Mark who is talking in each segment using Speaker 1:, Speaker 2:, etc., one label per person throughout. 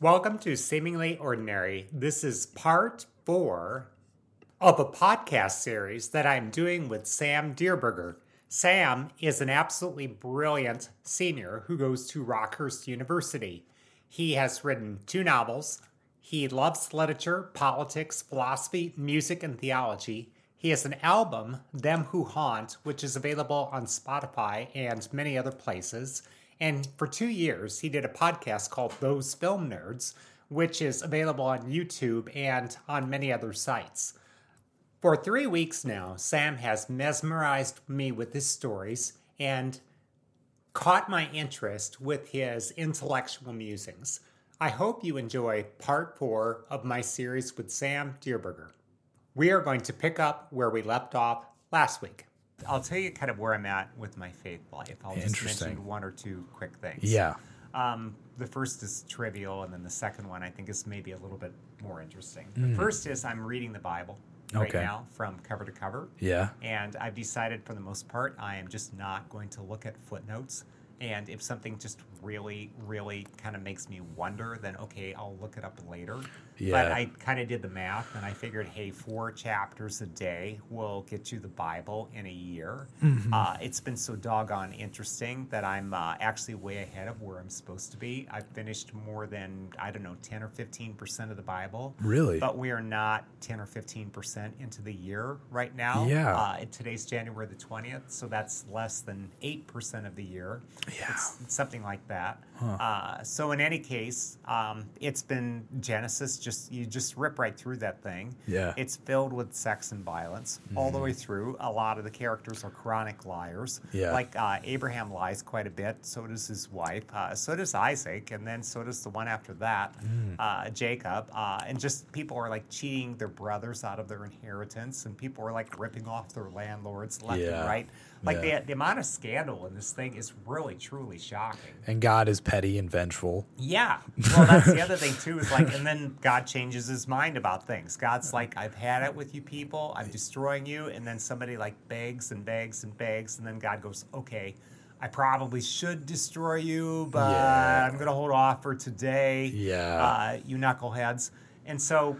Speaker 1: Welcome to Seemingly Ordinary. This is part four of a podcast series that I'm doing with Sam Deerberger. Sam is an absolutely brilliant senior who goes to Rockhurst University. He has written two novels. He loves literature, politics, philosophy, music, and theology. He has an album, Them Who Haunt, which is available on Spotify and many other places. And for two years, he did a podcast called Those Film Nerds, which is available on YouTube and on many other sites. For three weeks now, Sam has mesmerized me with his stories and caught my interest with his intellectual musings. I hope you enjoy part four of my series with Sam Deerberger. We are going to pick up where we left off last week. I'll tell you kind of where I'm at with my faith life. I'll just mention
Speaker 2: Interesting.
Speaker 1: one or two quick things.
Speaker 2: Yeah.
Speaker 1: Um, the first is trivial, and then the second one I think is maybe a little bit more interesting. The first is I'm reading the Bible right
Speaker 2: Hmm. Okay.
Speaker 1: now from cover to cover,
Speaker 2: Yeah.
Speaker 1: and I've decided for the most part I am just not going to look at footnotes. And if something just really, really kind of makes me wonder, then okay, I'll look it up later. But
Speaker 2: Yeah.
Speaker 1: I kind of did the math and I figured, hey, four chapters a day will get you the Bible in a year. Uh, it's been so doggone interesting that I'm uh, actually way ahead of where I'm supposed to be. I've finished more than, I don't know, 10 or 15% of the Bible.
Speaker 2: Really?
Speaker 1: But we are not 10 or 15% into the year right now.
Speaker 2: Yeah.
Speaker 1: Uh, today's January the 20th, so that's less than 8% of the year.
Speaker 2: Yeah.
Speaker 1: It's something like that. Uh, so in any case, um, it's been Genesis. Just you just rip right through that thing.
Speaker 2: Yeah. Mm-hmm.
Speaker 1: It's filled with sex and violence all the way through. A lot of the characters are chronic liars.
Speaker 2: Yeah.
Speaker 1: Like uh, Abraham lies quite a bit. So does his wife. Uh, so does Isaac, and then so does the one after that,
Speaker 2: Mm.
Speaker 1: uh, Jacob. Uh, and just people are like cheating their brothers out of their inheritance, and people are like ripping off their landlords left and
Speaker 2: Yeah.
Speaker 1: right. Like
Speaker 2: Yeah.
Speaker 1: the, the amount of scandal in this thing is really truly shocking.
Speaker 2: and God is petty and vengeful.
Speaker 1: Yeah. Well, that's the other thing too is like, and then God changes his mind about things. God's like, I've had it with you people. I'm destroying you. And then somebody like begs and begs and begs, and then God goes, okay. I probably should destroy you, but
Speaker 2: Yeah.
Speaker 1: I'm going to hold off for today.
Speaker 2: Yeah.
Speaker 1: Uh, you knuckleheads. And so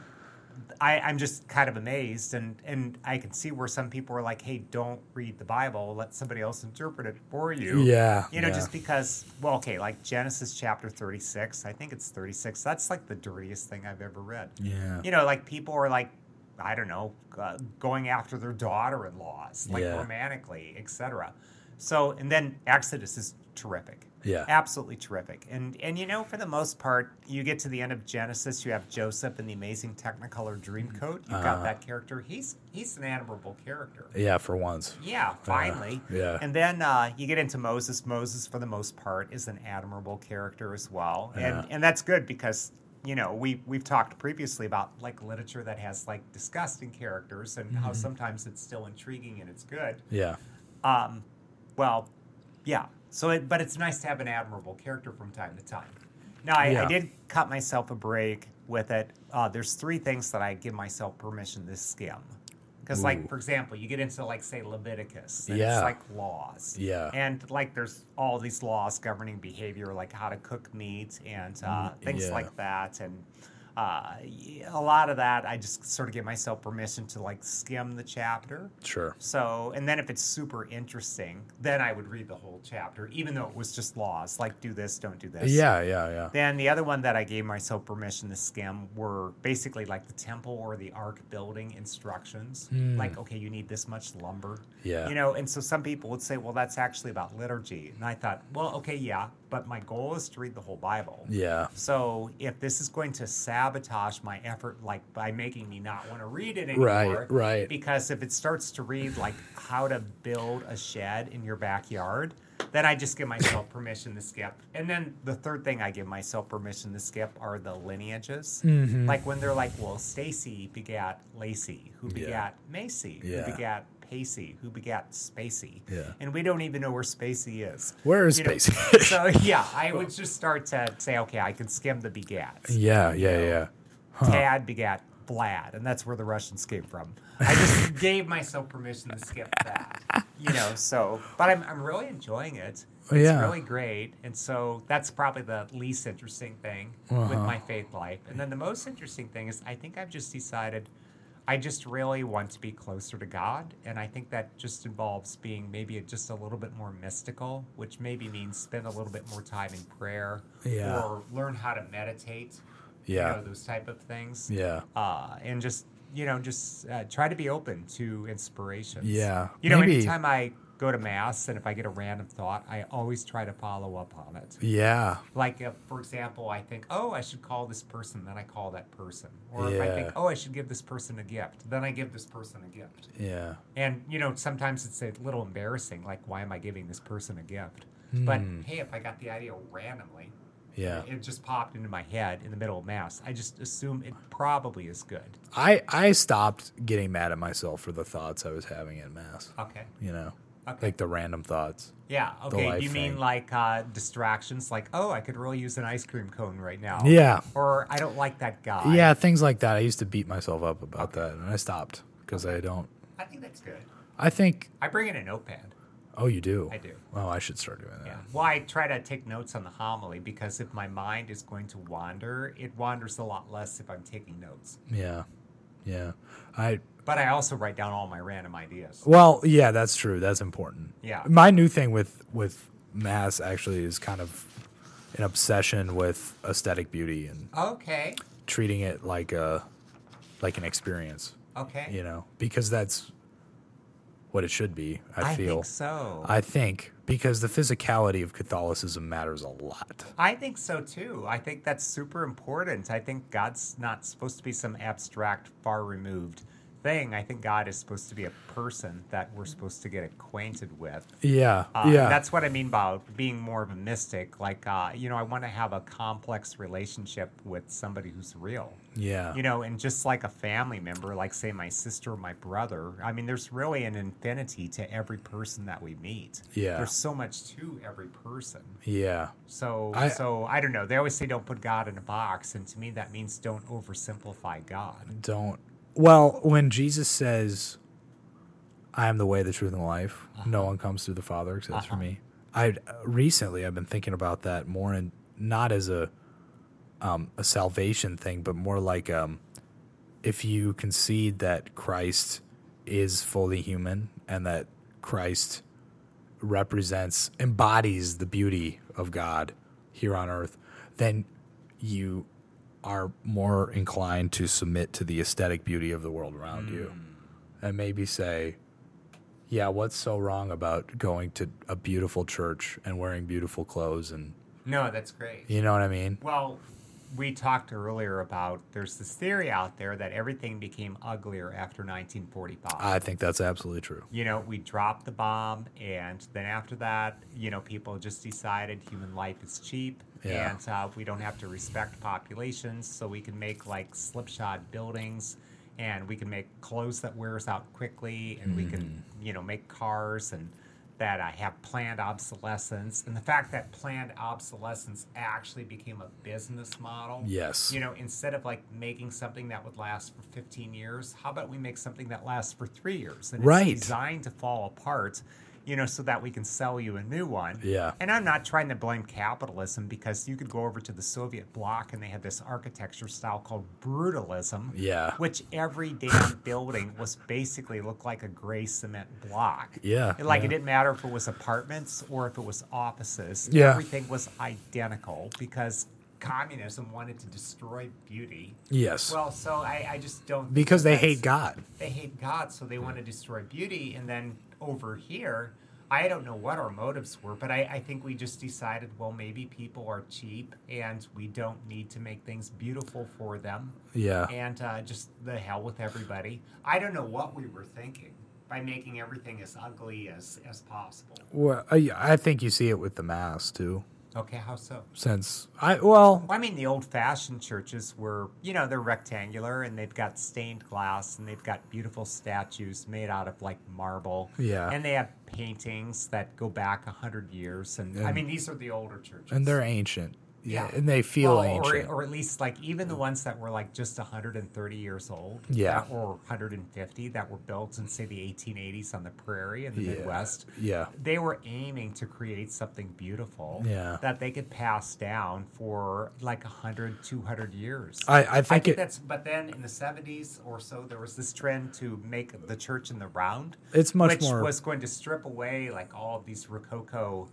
Speaker 1: I, I'm just kind of amazed, and and I can see where some people are like, "Hey, don't read the Bible. Let somebody else interpret it for you."
Speaker 2: Yeah,
Speaker 1: you know,
Speaker 2: yeah.
Speaker 1: just because. Well, okay, like Genesis chapter 36. I think it's 36. That's like the dirtiest thing I've ever read.
Speaker 2: Yeah.
Speaker 1: You know, like people are like, I don't know, uh, going after their daughter-in-laws, like
Speaker 2: Yeah.
Speaker 1: romantically, etc. So, and then Exodus is terrific
Speaker 2: Yeah.
Speaker 1: absolutely terrific. And and you know, for the most part, you get to the end of Genesis, you have Joseph in the amazing Technicolor
Speaker 2: Mm-hmm.
Speaker 1: Dreamcoat. You've
Speaker 2: Uh-huh.
Speaker 1: got that character. He's he's an admirable character.
Speaker 2: Yeah, for once.
Speaker 1: Yeah, finally.
Speaker 2: yeah.
Speaker 1: And then uh, you get into Moses. Moses, for the most part, is an admirable character as well, and and that's good because you know we we've talked previously about like literature that has like disgusting characters and how sometimes it's still intriguing and it's good.
Speaker 2: Yeah.
Speaker 1: Um, well, yeah. So, it, but it's nice to have an admirable character from time to time. Now, I, I
Speaker 2: Yeah.
Speaker 1: did cut myself a break with it. Uh, there's three things that I give myself permission to skim. Because, like,
Speaker 2: Ooh.
Speaker 1: for example, you get into, like, say, Leviticus. And
Speaker 2: Yeah.
Speaker 1: It's like laws.
Speaker 2: Yeah.
Speaker 1: And, like, there's all these laws governing behavior, like how to cook meat and uh, things
Speaker 2: Mm, yeah.
Speaker 1: like that. And uh, y- a lot of that, I just sort of give myself permission to, like, skim the chapter.
Speaker 2: Sure.
Speaker 1: So, and then if it's super interesting, then I would read the whole chapter, even though it was just laws like do this, don't do this.
Speaker 2: Yeah, yeah, yeah.
Speaker 1: Then the other one that I gave myself permission to skim were basically like the temple or the ark building instructions. Like, okay, you need this much lumber.
Speaker 2: Hmm. Yeah.
Speaker 1: You know, and so some people would say, well, that's actually about liturgy. And I thought, well, okay, yeah, but my goal is to read the whole Bible.
Speaker 2: Yeah.
Speaker 1: So if this is going to sabotage my effort, like by making me not want to read it anymore,
Speaker 2: Right, right.
Speaker 1: Because if it starts to read like how to build a shed in your backyard, then I just give myself permission to skip. And then the third thing I give myself permission to skip are the lineages,
Speaker 2: Mm-hmm.
Speaker 1: like when they're like, well, Stacy begat Lacey, who
Speaker 2: Yeah.
Speaker 1: begat Macy,
Speaker 2: Yeah.
Speaker 1: who begat Pacey, who begat Spacey,
Speaker 2: Yeah.
Speaker 1: and we don't even know where Spacey is.
Speaker 2: Where is
Speaker 1: You know,
Speaker 2: Spacey?
Speaker 1: so yeah, I would just start to say, okay, I can skim the begats.
Speaker 2: Yeah, yeah, yeah.
Speaker 1: Tad begat Vlad, and that's where the Russians came from. I just gave myself permission to skip that, you know. So, but I'm I'm really enjoying it.
Speaker 2: Oh, yeah.
Speaker 1: It's really great. And so that's probably the least interesting thing with
Speaker 2: Uh-huh.
Speaker 1: my faith life. And then the most interesting thing is I think I've just decided I just really want to be closer to God. And I think that just involves being maybe just a little bit more mystical, which maybe means spend a little bit more time in prayer
Speaker 2: Yeah.
Speaker 1: or learn how to meditate. You
Speaker 2: Yeah.
Speaker 1: know, those type of things.
Speaker 2: Yeah.
Speaker 1: Uh, and just, you know, just uh, try to be open to inspirations.
Speaker 2: Yeah,
Speaker 1: You know,
Speaker 2: maybe-
Speaker 1: anytime I go to mass and if I get a random thought, I always try to follow up on it.
Speaker 2: Yeah.
Speaker 1: Like, if, for example, I think, oh, I should call this person, then I call that person. Or if I
Speaker 2: Yeah.
Speaker 1: think, oh, I should give this person a gift, then I give this person a gift.
Speaker 2: Yeah.
Speaker 1: And, you know, sometimes it's a little embarrassing, like, why am I giving this person a gift? But
Speaker 2: Hmm.
Speaker 1: hey, if I got the idea randomly,
Speaker 2: Yeah.
Speaker 1: it just popped into my head in the middle of mass, I just assume it probably is good.
Speaker 2: I I stopped getting mad at myself for the thoughts I was having at mass.
Speaker 1: Okay.
Speaker 2: You know,
Speaker 1: Okay.
Speaker 2: like the random thoughts.
Speaker 1: Yeah. Okay.
Speaker 2: life
Speaker 1: You mean
Speaker 2: thing.
Speaker 1: like uh, distractions? Like, oh, I could really use an ice cream cone right now.
Speaker 2: Yeah.
Speaker 1: Or I don't like that guy.
Speaker 2: yeah, things like that. I used to beat myself up about that, and I stopped because I don't.
Speaker 1: I think that's good.
Speaker 2: I think.
Speaker 1: I bring in a notepad.
Speaker 2: Oh, you do.
Speaker 1: I do.
Speaker 2: Oh, I should start doing that.
Speaker 1: Yeah. Well, I try to take notes on the homily because if my mind is going to wander, it wanders a lot less if I'm taking notes.
Speaker 2: Yeah. Yeah. I
Speaker 1: But I also write down all my random ideas.
Speaker 2: well, yeah, that's true. That's important.
Speaker 1: Yeah.
Speaker 2: My new thing with with mass actually is kind of an obsession with aesthetic beauty and
Speaker 1: Okay.
Speaker 2: treating it like a like an experience,
Speaker 1: Okay.
Speaker 2: you know, because that's what it should be. I,
Speaker 1: I
Speaker 2: feel.
Speaker 1: think so.
Speaker 2: I think because the physicality of Catholicism matters a lot.
Speaker 1: I think so too. I think that's super important. I think God's not supposed to be some abstract, far removed thing. I think God is supposed to be a person that we're supposed to get acquainted with.
Speaker 2: Yeah.
Speaker 1: Uh,
Speaker 2: yeah.
Speaker 1: That's what I mean by being more of a mystic. Like, uh, you know, I want to have a complex relationship with somebody who's real.
Speaker 2: yeah.
Speaker 1: You know, and just like a family member, like say my sister or my brother, I mean, there's really an infinity to every person that we meet.
Speaker 2: Yeah.
Speaker 1: There's so much to every person.
Speaker 2: yeah.
Speaker 1: So
Speaker 2: I-
Speaker 1: so I don't know. They always say don't put God in a box, and to me that means don't oversimplify God.
Speaker 2: don't well when jesus says i am the way the truth and the life no one comes through the father except for me i recently i've been thinking about that more and not as a um, a salvation thing but more like um, if you concede that christ is fully human and that christ represents embodies the beauty of god here on earth then you are more inclined to submit to the aesthetic beauty of the world around you
Speaker 1: Hmm.
Speaker 2: and maybe say yeah what's so wrong about going to a beautiful church and wearing beautiful clothes and
Speaker 1: No, that's great.
Speaker 2: you know what i mean
Speaker 1: Well, we talked earlier about there's this theory out there that everything became uglier after 1945.
Speaker 2: i think that's absolutely true
Speaker 1: you know, we dropped the bomb, and then after that, you know, people just decided human life is cheap,
Speaker 2: Yeah.
Speaker 1: and uh, we don't have to respect populations, so we can make like slipshod buildings, and we can make clothes that wears out quickly, and we can,
Speaker 2: Mm-hmm.
Speaker 1: you know, make cars and that uh, have planned obsolescence, and the fact that planned obsolescence actually became a business model.
Speaker 2: Yes.
Speaker 1: you know, instead of like making something that would last for 15 years, how about we make something that lasts for three years? and it's
Speaker 2: Right.
Speaker 1: designed to fall apart you know so that we can sell you a new one
Speaker 2: Yeah.
Speaker 1: and i'm not trying to blame capitalism because you could go over to the soviet bloc and they had this architecture style called brutalism
Speaker 2: Yeah.
Speaker 1: which every damn building was basically looked like a gray cement block
Speaker 2: Yeah,
Speaker 1: And, like
Speaker 2: yeah.
Speaker 1: it didn't matter if it was apartments or if it was offices
Speaker 2: Yeah.
Speaker 1: everything was identical because communism wanted to destroy beauty
Speaker 2: yes
Speaker 1: well so i, I just don't think
Speaker 2: because they
Speaker 1: that that's-
Speaker 2: hate god
Speaker 1: they hate God, so they want to destroy beauty. And then over here, I don't know what our motives were, but I, I think we just decided, well, maybe people are cheap and we don't need to make things beautiful for them.
Speaker 2: yeah
Speaker 1: And uh, just the hell with everybody. I don't know what we were thinking by making everything as ugly as, as possible.
Speaker 2: well I, I think you see it with the mass too
Speaker 1: Okay, how so?
Speaker 2: since i well
Speaker 1: Well, I mean, the old fashioned churches were, you know, they're rectangular and they've got stained glass and they've got beautiful statues made out of like marble.
Speaker 2: Yeah.
Speaker 1: And they have paintings that go back 100 years. And, I mean, these are the older churches.
Speaker 2: and they're ancient Yeah.
Speaker 1: Yeah.
Speaker 2: And they feel
Speaker 1: Well,
Speaker 2: ancient.
Speaker 1: Or, or at least like even the ones that were like just 130 years old,
Speaker 2: Yeah.
Speaker 1: that- or 150 that were built in say the 1880s on the prairie in the
Speaker 2: Yeah.
Speaker 1: Midwest.
Speaker 2: yeah.
Speaker 1: They were aiming to create something beautiful
Speaker 2: Yeah.
Speaker 1: that they could pass down for like 100, 200 years.
Speaker 2: I, I think,
Speaker 1: I think
Speaker 2: it,
Speaker 1: that's, but then in the 70s or so, there was this trend to make the church in the round,
Speaker 2: it's much
Speaker 1: which
Speaker 2: more.
Speaker 1: was going to strip away like all of these Rococo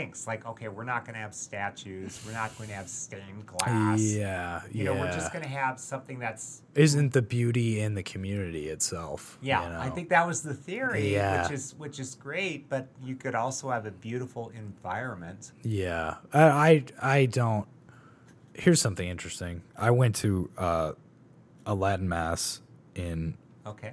Speaker 1: things. Like, okay, we're not going to have statues, we're not going to have stained glass.
Speaker 2: yeah.
Speaker 1: You
Speaker 2: yeah.
Speaker 1: know, we're just going to have something that's,
Speaker 2: Isn't the beauty in the community itself?
Speaker 1: yeah,
Speaker 2: you
Speaker 1: I
Speaker 2: know?
Speaker 1: think that was the theory,
Speaker 2: Yeah.
Speaker 1: which is which is great, but you could also have a beautiful environment.
Speaker 2: Yeah, I, I I don't. Here's something interesting. I went to uh, a Latin mass in
Speaker 1: Okay.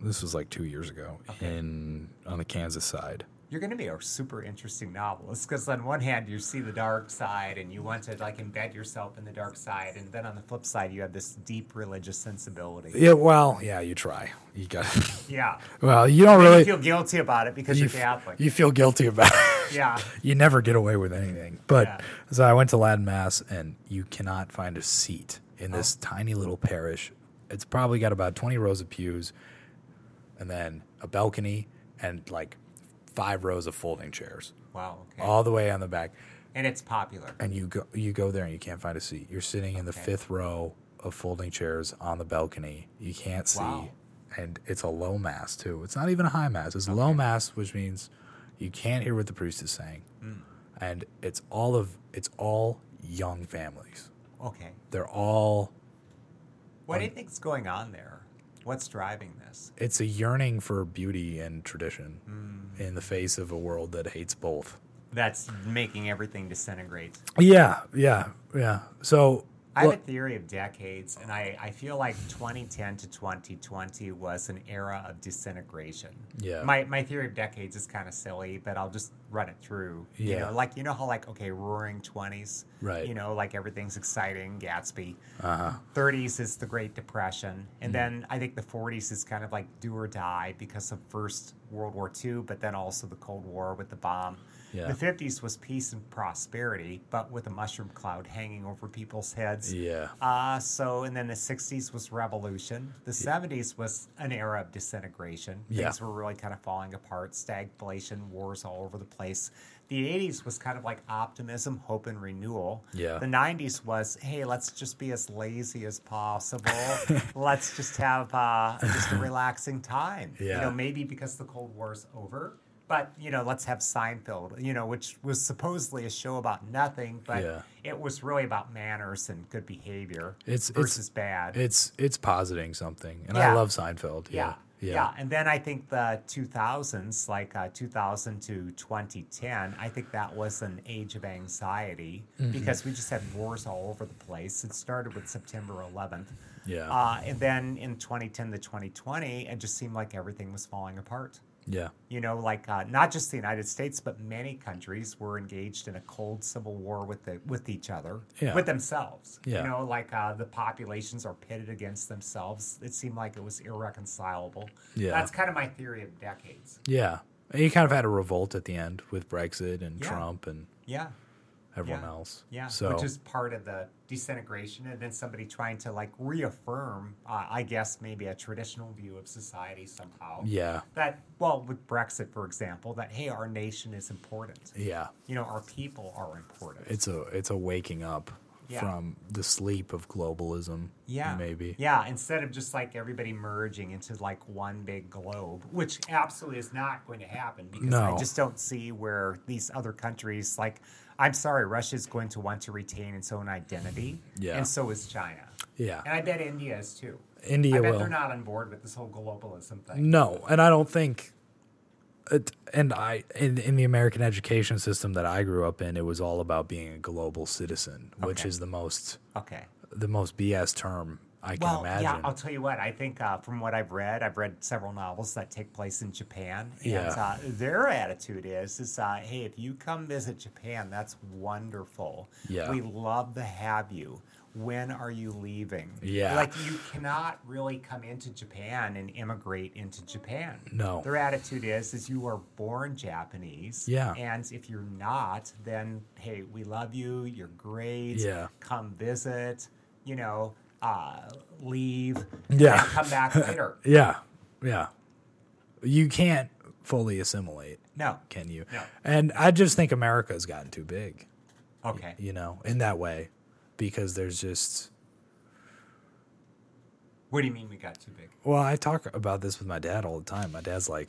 Speaker 2: this was like two years ago in on the Kansas side.
Speaker 1: You're going to be a super interesting novelist because on one hand you see the dark side and you want to like embed yourself in the dark side, and then on the flip side you have this deep religious sensibility.
Speaker 2: Yeah, well, yeah, you try. You got.
Speaker 1: Yeah,
Speaker 2: Well, you don't
Speaker 1: And
Speaker 2: really.
Speaker 1: you feel guilty about it because
Speaker 2: you
Speaker 1: you're
Speaker 2: f-
Speaker 1: Catholic.
Speaker 2: you feel guilty about. it.
Speaker 1: yeah,
Speaker 2: you never get away with anything. But
Speaker 1: Yeah.
Speaker 2: so I went to Latin Mass, and you cannot find a seat in this tiny little parish. It's probably got about 20 rows of pews, and then a balcony, and like five rows of folding chairs
Speaker 1: wow, okay,
Speaker 2: all the way on the back.
Speaker 1: and it's popular.
Speaker 2: And you go, you go there, and you can't find a seat. You're sitting in the fifth row of folding chairs on the balcony. You can't see,
Speaker 1: Wow.
Speaker 2: and it's a low mass too. It's not even a high mass. It's low mass, which means you can't hear what the priest is saying
Speaker 1: Hmm.
Speaker 2: and it's all of it's all young families.
Speaker 1: Okay,
Speaker 2: They're all
Speaker 1: what do you think's going on there? What's driving this?
Speaker 2: it's a yearning for beauty and tradition
Speaker 1: Hmm.
Speaker 2: in the face of a world that hates both.
Speaker 1: That's making everything disintegrate.
Speaker 2: Yeah, yeah, yeah. So
Speaker 1: I have a
Speaker 2: look,
Speaker 1: theory of decades, and I, I feel like 2010 to 2020 was an era of disintegration.
Speaker 2: Yeah.
Speaker 1: My, my theory of decades is kind of silly, but I'll just run it through. You
Speaker 2: Yeah.
Speaker 1: know, like, you know how, like, okay, roaring 20s,
Speaker 2: Right.
Speaker 1: You know, like everything's exciting, Gatsby. Uh-huh. 30s is the Great Depression.
Speaker 2: Mm.
Speaker 1: And then I think the 40s is kind of like do or die because of First World War II, but then also the Cold War with the bomb.
Speaker 2: Yeah.
Speaker 1: The 50s was peace and prosperity, but with a mushroom cloud hanging over people's heads.
Speaker 2: yeah,
Speaker 1: Uh, so, and then the 60s was revolution. The 70s was an era of disintegration.
Speaker 2: Yeah.
Speaker 1: Things were really kind of falling apart, stagflation, wars all over the place. The 80s was kind of like optimism, hope, and renewal.
Speaker 2: Yeah.
Speaker 1: The 90s was, hey, let's just be as lazy as possible. let's just have uh, just a relaxing time. You
Speaker 2: Yeah.
Speaker 1: know, maybe because the Cold War's over. But, you know, let's have Seinfeld, you know, which was supposedly a show about nothing, but
Speaker 2: Yeah.
Speaker 1: it was really about manners and good behavior
Speaker 2: It's- it's-
Speaker 1: versus bad.
Speaker 2: it's it's positing something, and I
Speaker 1: Yeah.
Speaker 2: love Seinfeld.
Speaker 1: yeah.
Speaker 2: Yeah,
Speaker 1: yeah. And then I think the 2000s, like uh, 2000 to 2010, I think that was an age of anxiety
Speaker 2: Mm-hmm.
Speaker 1: because we just had wars all over the place. It started with September 11th.
Speaker 2: Yeah.
Speaker 1: Uh, and then in 2010 to 2020, it just seemed like everything was falling apart.
Speaker 2: yeah,
Speaker 1: You know, like uh, not just the United States, but many countries were engaged in a cold civil war with the, with each other,
Speaker 2: Yeah.
Speaker 1: with themselves.
Speaker 2: Yeah.
Speaker 1: You know, like uh, the populations are pitted against themselves. It seemed like it was irreconcilable.
Speaker 2: Yeah.
Speaker 1: that's kind of my theory of decades.
Speaker 2: yeah. And you kind of had a revolt at the end with Brexit and
Speaker 1: Yeah.
Speaker 2: Trump and
Speaker 1: Yeah,
Speaker 2: everyone
Speaker 1: Yeah.
Speaker 2: else.
Speaker 1: yeah,
Speaker 2: so
Speaker 1: which is part of the disintegration, and then somebody trying to like reaffirm, uh, I guess, maybe a traditional view of society somehow.
Speaker 2: yeah,
Speaker 1: That well, with Brexit, for example, that hey, our nation is important.
Speaker 2: yeah.
Speaker 1: You know, our people are important.
Speaker 2: It's a it's a waking up
Speaker 1: Yeah.
Speaker 2: from the sleep of globalism.
Speaker 1: Yeah.
Speaker 2: maybe.
Speaker 1: Yeah. Instead of just like everybody merging into like one big globe, which absolutely is not going to happen because I
Speaker 2: No.
Speaker 1: just don't see where these other countries, like, I'm sorry, Russia's going to want to retain its own identity.
Speaker 2: Yeah.
Speaker 1: And so is China.
Speaker 2: Yeah.
Speaker 1: And I bet India is too.
Speaker 2: India
Speaker 1: I bet
Speaker 2: will.
Speaker 1: they're not on board with this whole globalism thing.
Speaker 2: No, and I don't think. It, and I in, in the American education system that I grew up in, it was all about being a global citizen, which
Speaker 1: Okay.
Speaker 2: is the most
Speaker 1: Okay.
Speaker 2: the most BS term I can
Speaker 1: Well,
Speaker 2: imagine.
Speaker 1: yeah, I'll tell you what. I think uh, from what I've read, I've read several novels that take place in Japan. And,
Speaker 2: Yeah.
Speaker 1: uh, their attitude is, is uh, hey, if you come visit Japan, that's wonderful.
Speaker 2: Yeah.
Speaker 1: We love to have you. when are you leaving?
Speaker 2: Yeah.
Speaker 1: Like you cannot really come into Japan and immigrate into Japan.
Speaker 2: No.
Speaker 1: Their attitude is is you are born Japanese.
Speaker 2: Yeah.
Speaker 1: And if you're not, then hey, we love you, you're great.
Speaker 2: Yeah.
Speaker 1: Come visit, you know, uh leave.
Speaker 2: Yeah.
Speaker 1: and come back later.
Speaker 2: Yeah. Yeah. You can't fully assimilate,
Speaker 1: No.
Speaker 2: can you?
Speaker 1: No.
Speaker 2: And I just think America's gotten too big,
Speaker 1: Okay.
Speaker 2: you know, in that way, because there's just.
Speaker 1: What do you mean we got too big?
Speaker 2: Well, I talk about this with my dad all the time. My dad's like,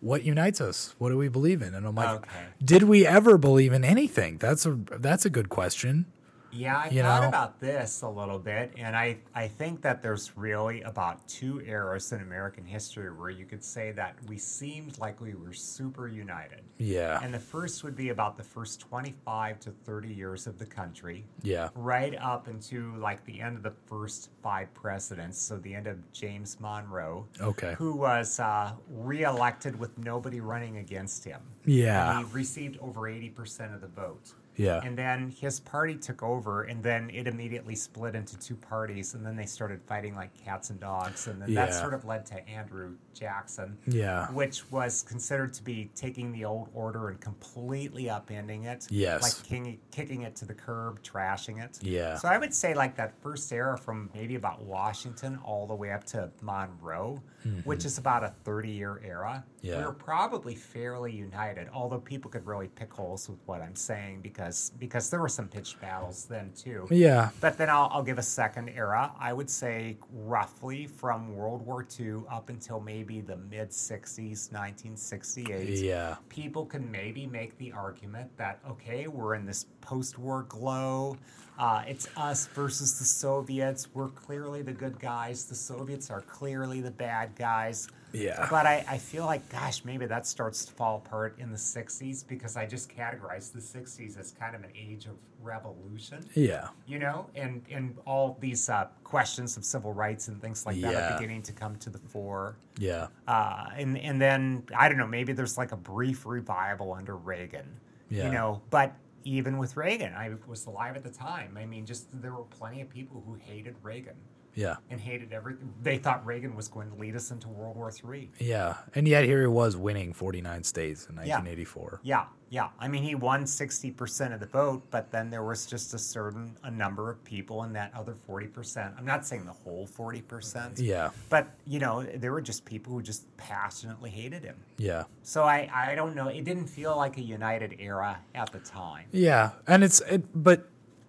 Speaker 2: "What unites us? What do we believe in?" And I'm like,
Speaker 1: Okay.
Speaker 2: "Did we ever believe in anything?" That's a that's a good question.
Speaker 1: Yeah, I
Speaker 2: you
Speaker 1: thought
Speaker 2: know?
Speaker 1: about this a little bit, and I, I think that there's really about two eras in American history where you could say that we seemed like we were super united.
Speaker 2: Yeah.
Speaker 1: And the first would be about the first 25 to 30 years of the country,
Speaker 2: yeah.
Speaker 1: right up into like the end of the first five presidents, so the end of James Monroe,
Speaker 2: Okay.
Speaker 1: who was uh, reelected with nobody running against him.
Speaker 2: Yeah.
Speaker 1: And he received over 80% of the vote.
Speaker 2: Yeah.
Speaker 1: And then his party took over, and then it immediately split into two parties, and then they started fighting like cats and dogs, and then that
Speaker 2: Yeah.
Speaker 1: sort of led to Andrew Jackson,
Speaker 2: Yeah.
Speaker 1: which was considered to be taking the old order and completely upending it,
Speaker 2: Yes.
Speaker 1: like king, kicking it to the curb, trashing it.
Speaker 2: Yeah.
Speaker 1: So I would say like that first era from maybe about Washington all the way up to Monroe, which is about a 30-year era. We
Speaker 2: Mm-hmm. Yeah.
Speaker 1: were probably fairly united, although people could really pick holes with what I'm saying because because there were some pitched battles then too.
Speaker 2: Yeah.
Speaker 1: But then I'll, I'll give a second era. I would say roughly from World War II up until maybe the mid 60s, 1968
Speaker 2: Yeah.
Speaker 1: people can maybe make the argument that okay we're in this post-war glow uh, it's us versus the soviets we're clearly the good guys the soviets are clearly the bad guys
Speaker 2: Yeah.
Speaker 1: but I, I feel like gosh maybe that starts to fall apart in the 60s because i just categorized the 60s as kind of an age of revolution
Speaker 2: Yeah.
Speaker 1: you know, and and all these uh, questions of civil rights and things like that
Speaker 2: Yeah.
Speaker 1: are beginning to come to the fore.
Speaker 2: Yeah.
Speaker 1: Uh, and and then I don't know, maybe there's like a brief revival under Reagan.
Speaker 2: Yeah.
Speaker 1: You know, but even with Reagan, I was alive at the time. I mean, just there were plenty of people who hated Reagan
Speaker 2: Yeah.
Speaker 1: and hated everything. They thought Reagan was going to lead us into World War Three.
Speaker 2: Yeah. And yet here he was winning 49 states in
Speaker 1: Yeah.
Speaker 2: 1984.
Speaker 1: Yeah, yeah. I mean, he won 60% of the vote, but then there was just a certain a number of people in that other 40%. I'm not saying the whole 40%.
Speaker 2: Yeah.
Speaker 1: But, you know, there were just people who just passionately hated him.
Speaker 2: Yeah.
Speaker 1: So I, I don't know. It didn't feel like a united era at the time.
Speaker 2: Yeah, and it's it, but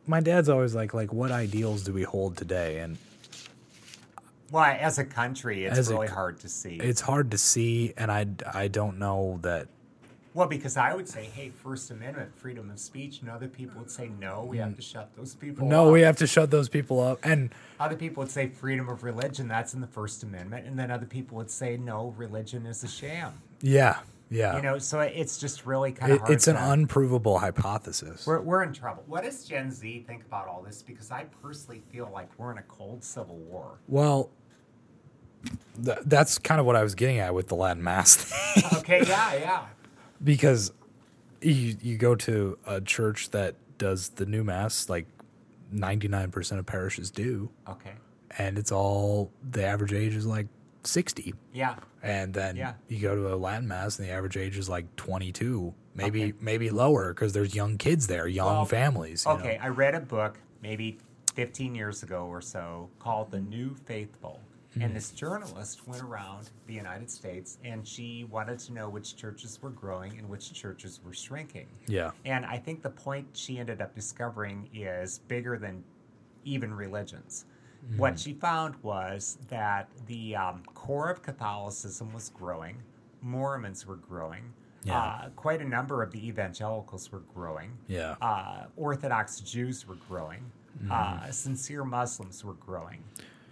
Speaker 2: my dad's always like, like, what ideals do we hold today? And
Speaker 1: Well, as a country, it's
Speaker 2: As a
Speaker 1: really
Speaker 2: c-
Speaker 1: hard to see.
Speaker 2: it's hard to see, and I I don't know that.
Speaker 1: Well, because I would say, hey, First Amendment, freedom of speech, and other people would say, no, we have to shut those people
Speaker 2: Hmm. No,
Speaker 1: up.
Speaker 2: we have to shut those people up, and
Speaker 1: Other people would say freedom of religion, that's in the First Amendment. And then other people would say, no, religion is a sham.
Speaker 2: yeah, yeah,
Speaker 1: You know, so it's just really kind of
Speaker 2: it,
Speaker 1: hard.
Speaker 2: it's an
Speaker 1: to-
Speaker 2: unprovable hypothesis.
Speaker 1: we're, we're in trouble. What does Gen Z think about all this? Because I personally feel like we're in a cold civil war.
Speaker 2: well, th- that's kind of what I was getting at with the Latin mass thing,
Speaker 1: Okay, yeah, yeah.
Speaker 2: because you you go to a church that does the new mass like ninety nine percent of parishes do.
Speaker 1: Okay.
Speaker 2: and it's all the average age is like 60
Speaker 1: Yeah.
Speaker 2: and then
Speaker 1: Yeah.
Speaker 2: you go to a latin mass and the average age is like 22 maybe maybe lower because there's young kids there young
Speaker 1: Well,
Speaker 2: families you know?
Speaker 1: Okay, I read a book maybe 15 years ago or so called The New Faithful.
Speaker 2: Hmm.
Speaker 1: And this journalist went around the United States and she wanted to know which churches were growing and which churches were shrinking.
Speaker 2: yeah
Speaker 1: And I think the point she ended up discovering is bigger than even religions. What she found was that the um, core of Catholicism was growing, Mormons were growing,
Speaker 2: Yeah.
Speaker 1: uh, quite a number of the evangelicals were growing,
Speaker 2: yeah Mm.
Speaker 1: uh, Orthodox Jews were growing, uh, sincere Muslims were growing.